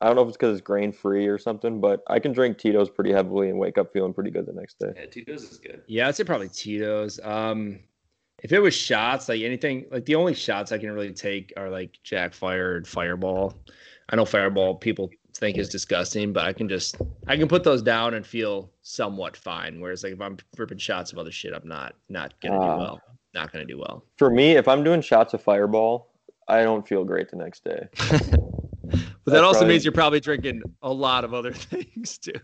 I don't know if it's because it's grain free or something, but I can drink Tito's pretty heavily and wake up feeling pretty good the next day. Yeah, Tito's is good. Yeah, I'd say probably Tito's. Um, if it was shots, like anything, like the only shots I can really take are like Jack Fire and Fireball. I know Fireball people think is disgusting, but I can just I can put those down and feel somewhat fine. Whereas like if I'm ripping shots of other shit, I'm not not gonna Ah. do well. Not gonna do well. For me, if I'm doing shots of Fireball, I don't feel great the next day. But that That's also probably- means you're probably drinking a lot of other things too.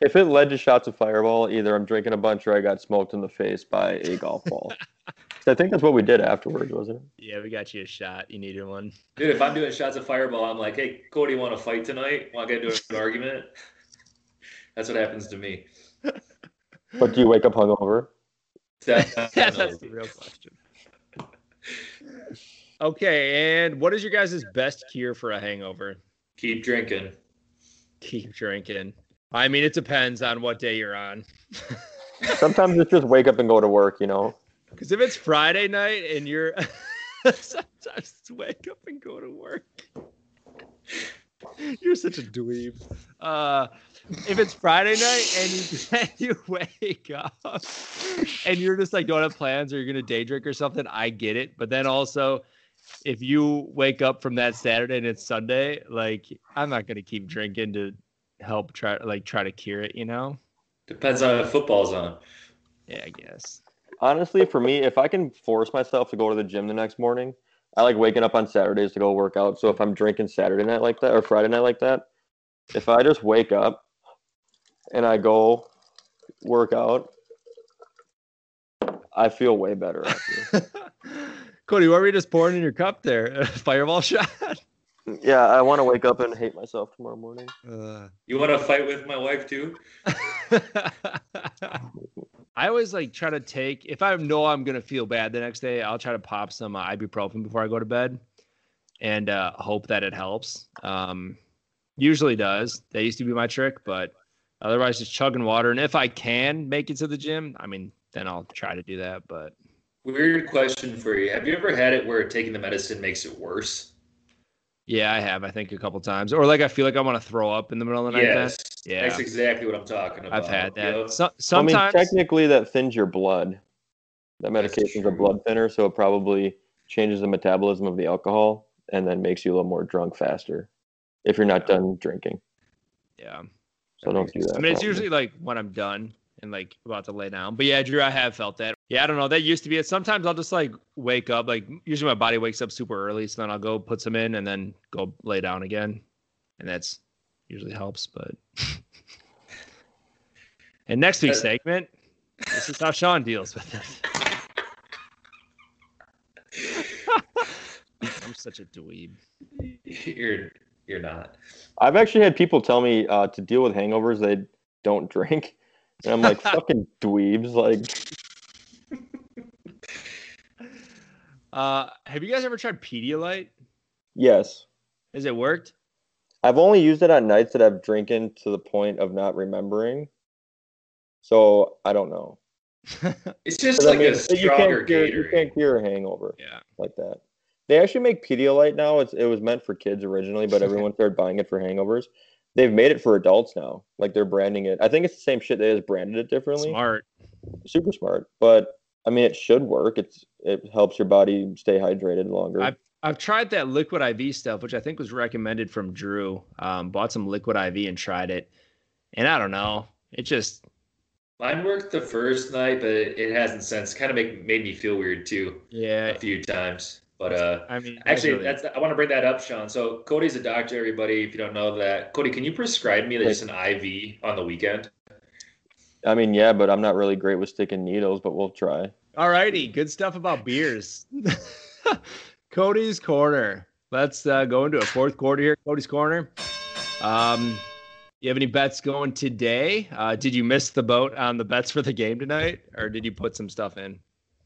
If it led to shots of Fireball, either I'm drinking a bunch or I got smoked in the face by a golf ball. 'Cause I think that's what we did afterwards, wasn't it? Yeah, we got you a shot. You needed one. Dude, if I'm doing shots of Fireball, I'm like, hey, Cody, want to fight tonight? Want to get into an argument? That's what happens to me. But do you wake up hungover? That's the real question. Okay, and what is your guys' best cure for a hangover? Keep drinking. Keep drinking. I mean, it depends on what day you're on. Sometimes it's just wake up and go to work, you know? Because if it's Friday night and you're sometimes just wake up and go to work, you're such a dweeb. Uh, if it's Friday night and you, and you wake up and you're just like don't have plans or you're gonna day drink or something, I get it. But then also, if you wake up from that Saturday and it's Sunday, like I'm not gonna keep drinking to help try like try to cure it, you know? Depends on if football's on. Yeah, I guess. Honestly, for me, if I can force myself to go to the gym the next morning, I like waking up on Saturdays to go work out. So if I'm drinking Saturday night like that or Friday night like that, if I just wake up and I go work out, I feel way better after. Cody, what were you just pouring in your cup there? A fireball shot? Yeah, I want to wake up and hate myself tomorrow morning. Uh. You want to fight with my wife too? I always like try to take if I know I'm gonna feel bad the next day, I'll try to pop some uh, ibuprofen before I go to bed, and uh, hope that it helps. Um, usually does. That used to be my trick, but otherwise just chugging water. And if I can make it to the gym, I mean, then I'll try to do that. But Weird question for you. Have you ever had it where taking the medicine makes it worse? yeah, I have I think a couple times, or like I feel like I want to throw up in the middle of the night. then. Yes. Yeah. That's exactly what I'm talking about. I've had that. Yep. So, I mean, sometimes technically, that thins your blood. That That's medication's a true. blood thinner, so it probably changes the metabolism of the alcohol and then makes you a little more drunk faster if you're not done drinking. Yeah. So don't do that. I mean, it's probably. usually like when I'm done and like about to lay down. But yeah, Drew, I have felt that. Yeah, I don't know. That used to be it. Sometimes I'll just like wake up. Like usually my body wakes up super early, so then I'll go put some in and then go lay down again, and that's usually helps. But and next week's segment, this is how Sean deals with it. I'm such a dweeb. You're you're not. I've actually had people tell me uh, to deal with hangovers, they don't drink. And I'm like, fucking dweebs. Like, Uh, have you guys ever tried Pedialyte? yes. Has it worked? I've only used it on nights that I've drinking to the point of not remembering. So I don't know. It's just 'Cause I like mean, a you stronger can't, cure, you Gatorade. can't cure a hangover Yeah. like that. They actually make Pedialyte now. It's, it was meant for kids originally, but everyone started buying it for hangovers. They've made it for adults now. Like they're branding it. I think it's the same shit. They just branded it differently. Smart. Super smart. But I mean, it should work. It's it helps your body stay hydrated longer. I've tried that liquid IV stuff, which I think was recommended from Drew. Um, bought some liquid IV and tried it, and I don't know. It just Mine worked the first night, but it, it hasn't since. Kind of make, made me feel weird too yeah. a few times. But uh, I mean, actually, really- that's I want to bring that up, Sean. So Cody's a doctor. Everybody, if you don't know that, Cody, can you prescribe me just an IV on the weekend? I mean, yeah, but I'm not really great with sticking needles, but we'll try. All righty, good stuff about beers. Cody's corner. Let's uh, go into a fourth quarter here. Cody's corner. Um, you have any bets going today? Uh, did you miss the boat on the bets for the game tonight, or did you put some stuff in?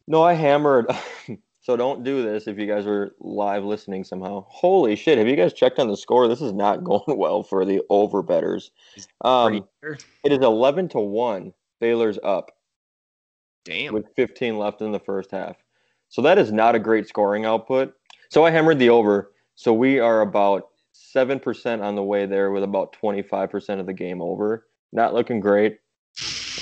No, I hammered. so don't do this if you guys are live listening somehow. Holy shit! Have you guys checked on the score? This is not going well for the over betters. Um, it is eleven to one. Baylor's up Damn. with fifteen left in the first half. So that is not a great scoring output. So I hammered the over. So we are about seven percent on the way there with about twenty five percent of the game over. Not looking great.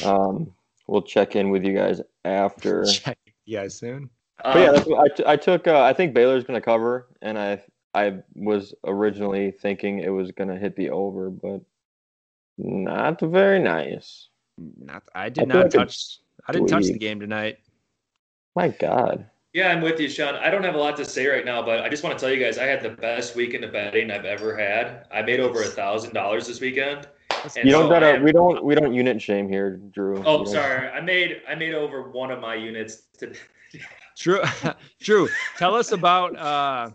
Um, we'll check in with you guys after. Check you guys soon. But yeah, Um, that's what I, t- I took. Uh, I think Baylor's going to cover, and I I was originally thinking it was going to hit the over, but not very nice. Not, I did I feel not like a touch. I didn't touch the dweeb. game tonight. My God, Yeah, I'm with you, Sean. I don't have a lot to say right now, but I just want to tell you guys I had the best weekend of betting I've ever had. I made over a thousand dollars this weekend. And you don't so I gotta. am- We don't. We don't unit shame here, Drew. Oh, You don't- sorry. I made I made over one of my units today. True. True. Tell us about. Uh,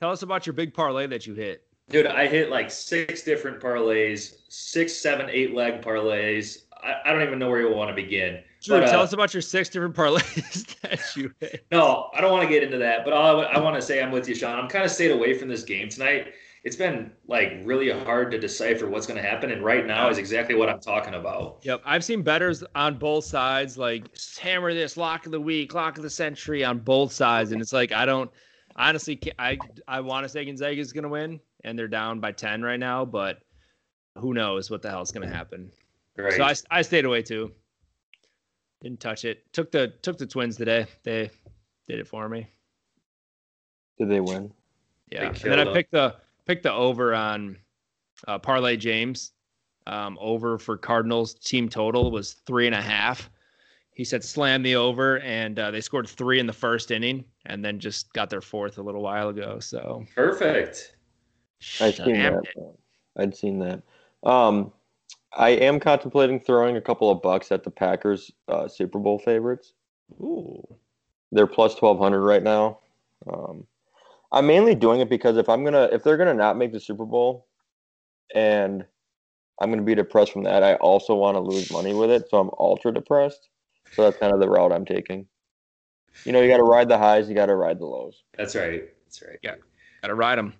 tell us about your big parlay that you hit. Dude, I hit like six different parlays, six, seven, eight leg parlays. I, I don't even know where you want to begin. Drew, But, uh, tell us about your six different parlays that you hit. No, I don't want to get into that, but all I, want to say I'm with you, Sean. I'm kind of stayed away from this game tonight. It's been like really hard to decipher what's going to happen, and right now is exactly what I'm talking about. Yep, I've seen betters on both sides, like hammer this lock of the week, lock of the century on both sides, and it's like I don't honestly, ca- I I want to say Gonzaga's going to win, and they're down by ten right now, but who knows what the hell's going to happen? Right. So I, I stayed away too, didn't touch it. Took the took the Twins today. They did it for me. Did they win? Yeah, and Big then I killer. picked the picked the over on uh, parlay James. Um, over for Cardinals team total was three and a half. He said slam the over, and uh, they scored three in the first inning, and then just got their fourth a little while ago. So Perfect. I'd seen Damn that. I'd seen that. Um, I am contemplating throwing a couple of bucks at the Packers uh, Super Bowl favorites. it. Ooh, they're plus 1200 right now um, i'm mainly doing it because if i'm gonna if they're gonna not make the super bowl and i'm gonna be depressed from that i also want to lose money with it so i'm ultra depressed so that's kind of the route i'm taking you know you gotta ride the highs you gotta ride the lows That's right. That's right. Yeah. gotta ride him.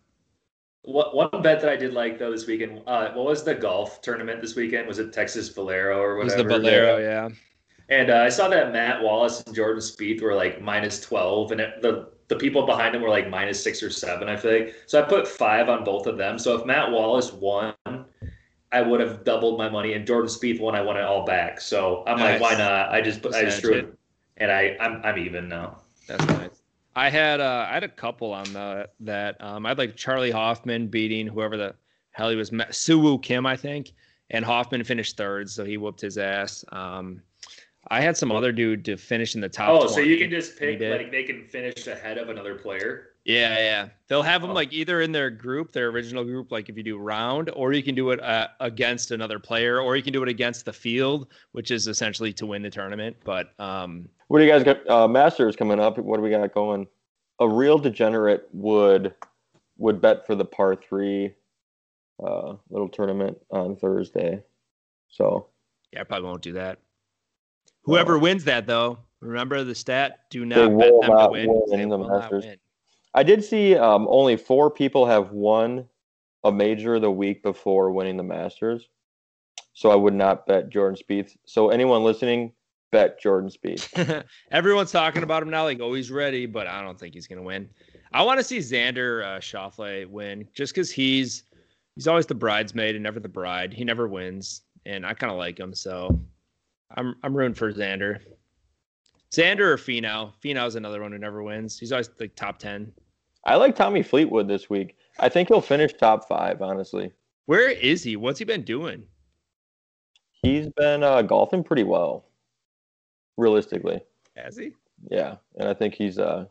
What, one bet that I did like though this weekend, uh, what was the golf tournament this weekend? Was it Texas Valero or It whatever? was the Valero, yeah. And uh, I saw that Matt Wallace and Jordan Spieth were like minus twelve, and it- the the people behind them were like minus six or seven. I feel like so I put five on both of them. So if Matt Wallace won, I would have doubled my money, and Jordan Spieth won. I won it all back. So I'm Nice. like, why not? I just I just Snatch threw it. it, and I I'm I'm even now. That's nice. I had uh, I had a couple on the that um, I'd like Charlie Hoffman beating whoever the hell he was Ma- Suwoo Kim I think, and Hoffman finished third, so he whooped his ass. Um, I had some other dude to finish in the top. Oh, so 20. you can just pick did. like they can finish ahead of another player. yeah, yeah. They'll have them Oh. like either in their group, their original group, like if you do round, or you can do it uh, against another player, or you can do it against the field, which is essentially to win the tournament. But um, what do you guys got uh, masters coming up what do we got going a real degenerate would would bet for the par three uh, little tournament on thursday so Yeah, I probably won't do that. Whoever wins that, though, remember the stat: do not bet will them to not win. win 'cause They the will not Masters. win. I did see um, only four people have won a major the week before winning the Masters. So I would not bet Jordan Spieth. So anyone listening, bet Jordan Spieth. Everyone's talking about him now, like oh, he's ready, but I don't think he's gonna win. I want to see Xander uh, Schauffele win, just because he's he's always the bridesmaid and never the bride. He never wins, and I kind of like him, so I'm I'm rooting for Xander. Xander or Finau? Finau's another one who never wins. He's always like top ten. I like Tommy Fleetwood this week. I think he'll finish top five. Honestly, Where is he? What's he been doing? he's been uh, golfing pretty well, realistically. Has he? Yeah, and I think he's uh,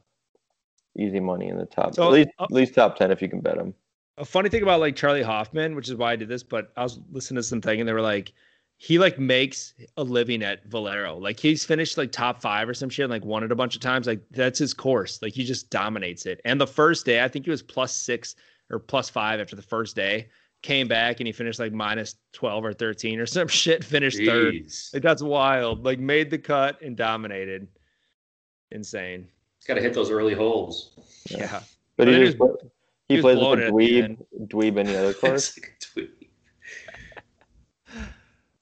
easy money in the top, So- uh, at least at least top ten if you can bet him. a funny thing about like Charlie Hoffman, which is why I did this, but I was listening to something and they were like, he like makes a living at Valero. Like he's finished like top five or some shit, and like won it a bunch of times. Like that's his course. Like he just dominates it. And the first day, I think he was plus six or plus five after the first day. Came back and he finished like minus twelve or thirteen or some shit. Finished third. Jeez. Like that's wild. Like made the cut and dominated. Insane. He's got to hit those early holes. Yeah. Yeah. But, But he it just is- pl- he he was plays with blown a at the dweeb, end. dweeb any other course. It's like a tweet.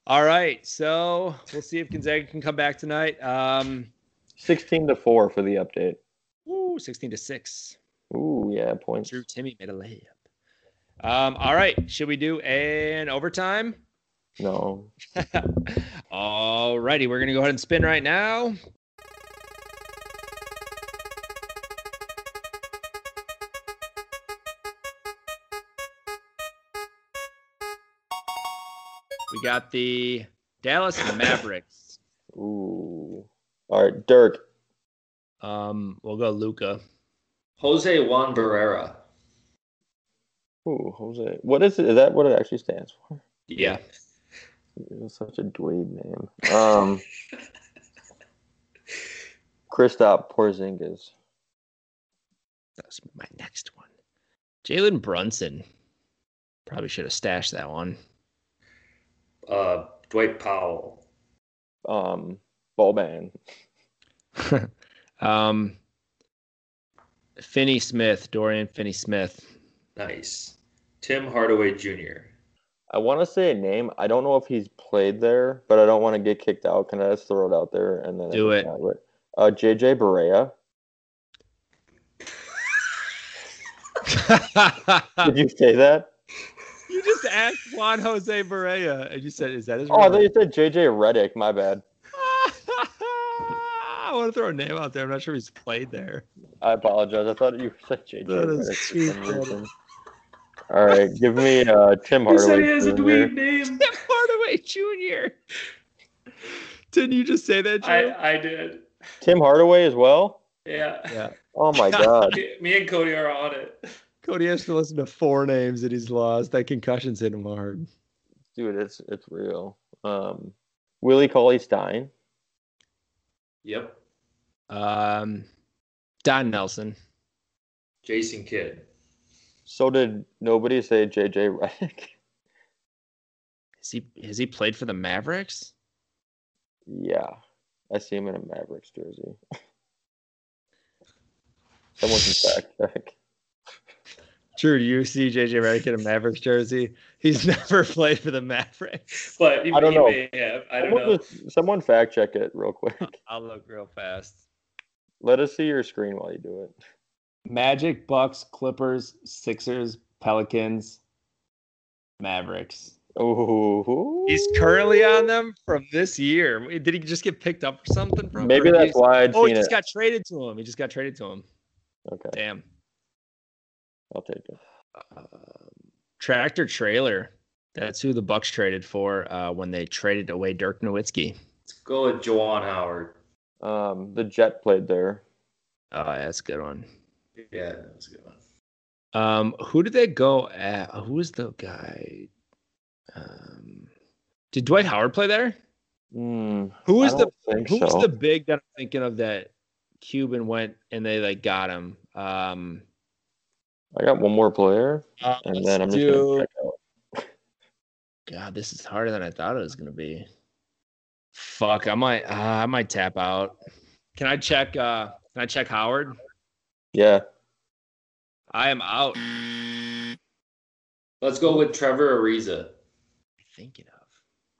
All right. So we'll see if Gonzaga can come back tonight. Um, Sixteen to four for the update. woo, sixteen to six. Ooh, yeah, points. Drew Timmy made a layup. Um, all right, should we do an overtime? No, all righty, we're gonna go ahead and spin right now. We got the Dallas Mavericks. Ooh. All right, Dirk. Um, we'll go Luca. Jose Juan Barrera. Ooh, Jose. What is it? Is that what it actually stands for? Yeah. It's such a dweeb name. Um, Kristaps Porzingis. That's my next one. Jalen Brunson. Probably should have stashed that one. Uh, Dwight Powell. Um, Boban. um, Finney Smith, Dorian Finney Smith. Nice. Tim Hardaway Jr. I want to say a name. I don't know if he's played there, but I don't want to get kicked out. Can I just throw it out there and then I Do can it. count Uh, JJ Barea. Did you say that? you just asked Juan Jose Berea, and you said, "Is that his?" Oh, I thought you said JJ Reddick. My bad. I want to throw a name out there. I'm not sure he's played there. I apologize. I thought you said JJ That is Redick for some cheating. reason. All right, give me uh, Tim He said Hardaway. he has a Jr.. dweeb name. Tim Hardaway Jr. Didn't you just say that, Drew? I, I did. Tim Hardaway as well. Yeah. Oh my god. Me- Me and Cody are on it. Cody has to listen to four names that he's lost. That concussion's hit him hard. Dude, it's it's real. Um, Willie Cauley Stein. Yep. Um, Don Nelson. Jason Kidd. So did nobody say JJ Redick? Is he has he played for the Mavericks? yeah, I see him in a Mavericks jersey. Someone can fact check. True, do you see JJ Redick in a Mavericks jersey? He's never played for the Mavericks. But he, I don't he know. may have. I don't Someone know. just- someone fact check it real quick. I'll look real fast. Let us see your screen while you do it. Magic, Bucks, Clippers, Sixers, Pelicans, Mavericks. Oh, He's currently on them from this year. Did he just get picked up for something? From Maybe or that's he's- why I'd Oh, he seen it. just got traded to him. He just got traded to him. okay, Damn. I'll take it. Um, tractor trailer. That's who the Bucks traded for uh, when they traded away Dirk Nowitzki. Let's go with Jawan Howard. Um, the Jet played there. Oh, yeah, that's a good one. Yeah, that was a good one. Um, who did they go at? Who was the guy? Um, did Dwight Howard play there? Mm, Who was I the don't think who was so. the big that I'm thinking of that Cuban went and they like got him? Um, I got one more player, uh, and let's then I'm just do- gonna check out. God, this is harder than I thought it was gonna be. Fuck, I might uh, I might tap out. Can I check? Uh, can I check Howard? Yeah, I am out. Let's go with Trevor Ariza. Thinking of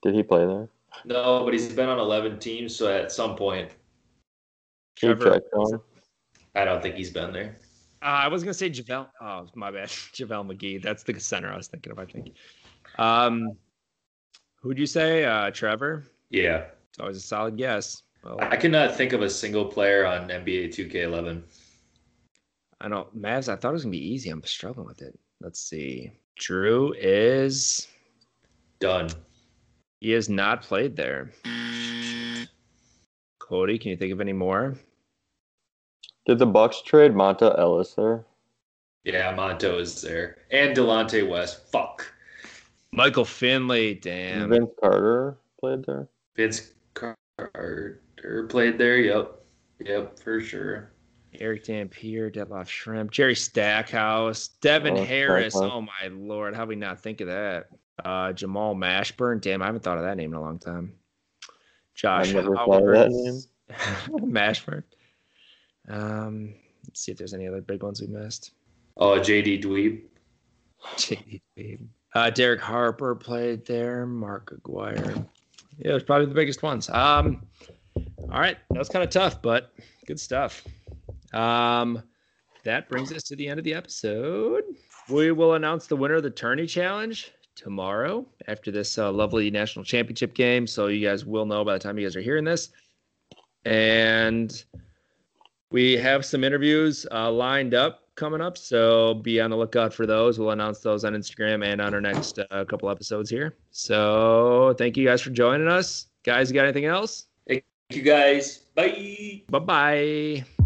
did he play there? No, but he's been on 11 teams, so at some point, He Trevor. checked on. I don't think he's been there. Uh, I was gonna say Javale. Oh, my bad, Javale McGee. That's the center I was thinking of. I think. Um, who'd you say, uh, Trevor? Yeah. It's always a solid guess. Well, I cannot think of a single player on NBA 2K11. I know Mavs. I thought it was gonna be easy. I'm struggling with it. Let's see. Drew is Done. he has not played there. Cody, can you think of any more? Did the Bucks trade Monta Ellis there? Yeah, Monto is there. And Delonte West. Fuck. Michael Finley. Damn. Vince Carter. played there. Vince Carter played there. Yep. Yep, for sure. Eric Dampier, Detlef Shrimp, Jerry Stackhouse, Devin Oh, Harris. Stackhouse. Oh my lord, how we not think of that? Uh, Jamal Mashburn. Damn, I haven't thought of that name in a long time. Josh I've never thought of Howard, that name. Mashburn. Um, let's see if there's any other big ones we missed. Oh, JD Dweeb. JD Babe. Uh, Derek Harper played there. Mark Aguirre. Yeah, it was probably the biggest ones. Um, all right, that was kind of tough, but good stuff. Um, that brings us to the end of the episode. We will announce the winner of the tourney challenge tomorrow after this uh, lovely national championship game. So you guys will know by the time you guys are hearing this. And we have some interviews uh, lined up coming up, so be on the lookout for those. We'll announce those on Instagram and on our next uh, couple episodes here. So thank you guys for joining us. Guys, you got anything else? Thank you guys. Bye. Bye bye.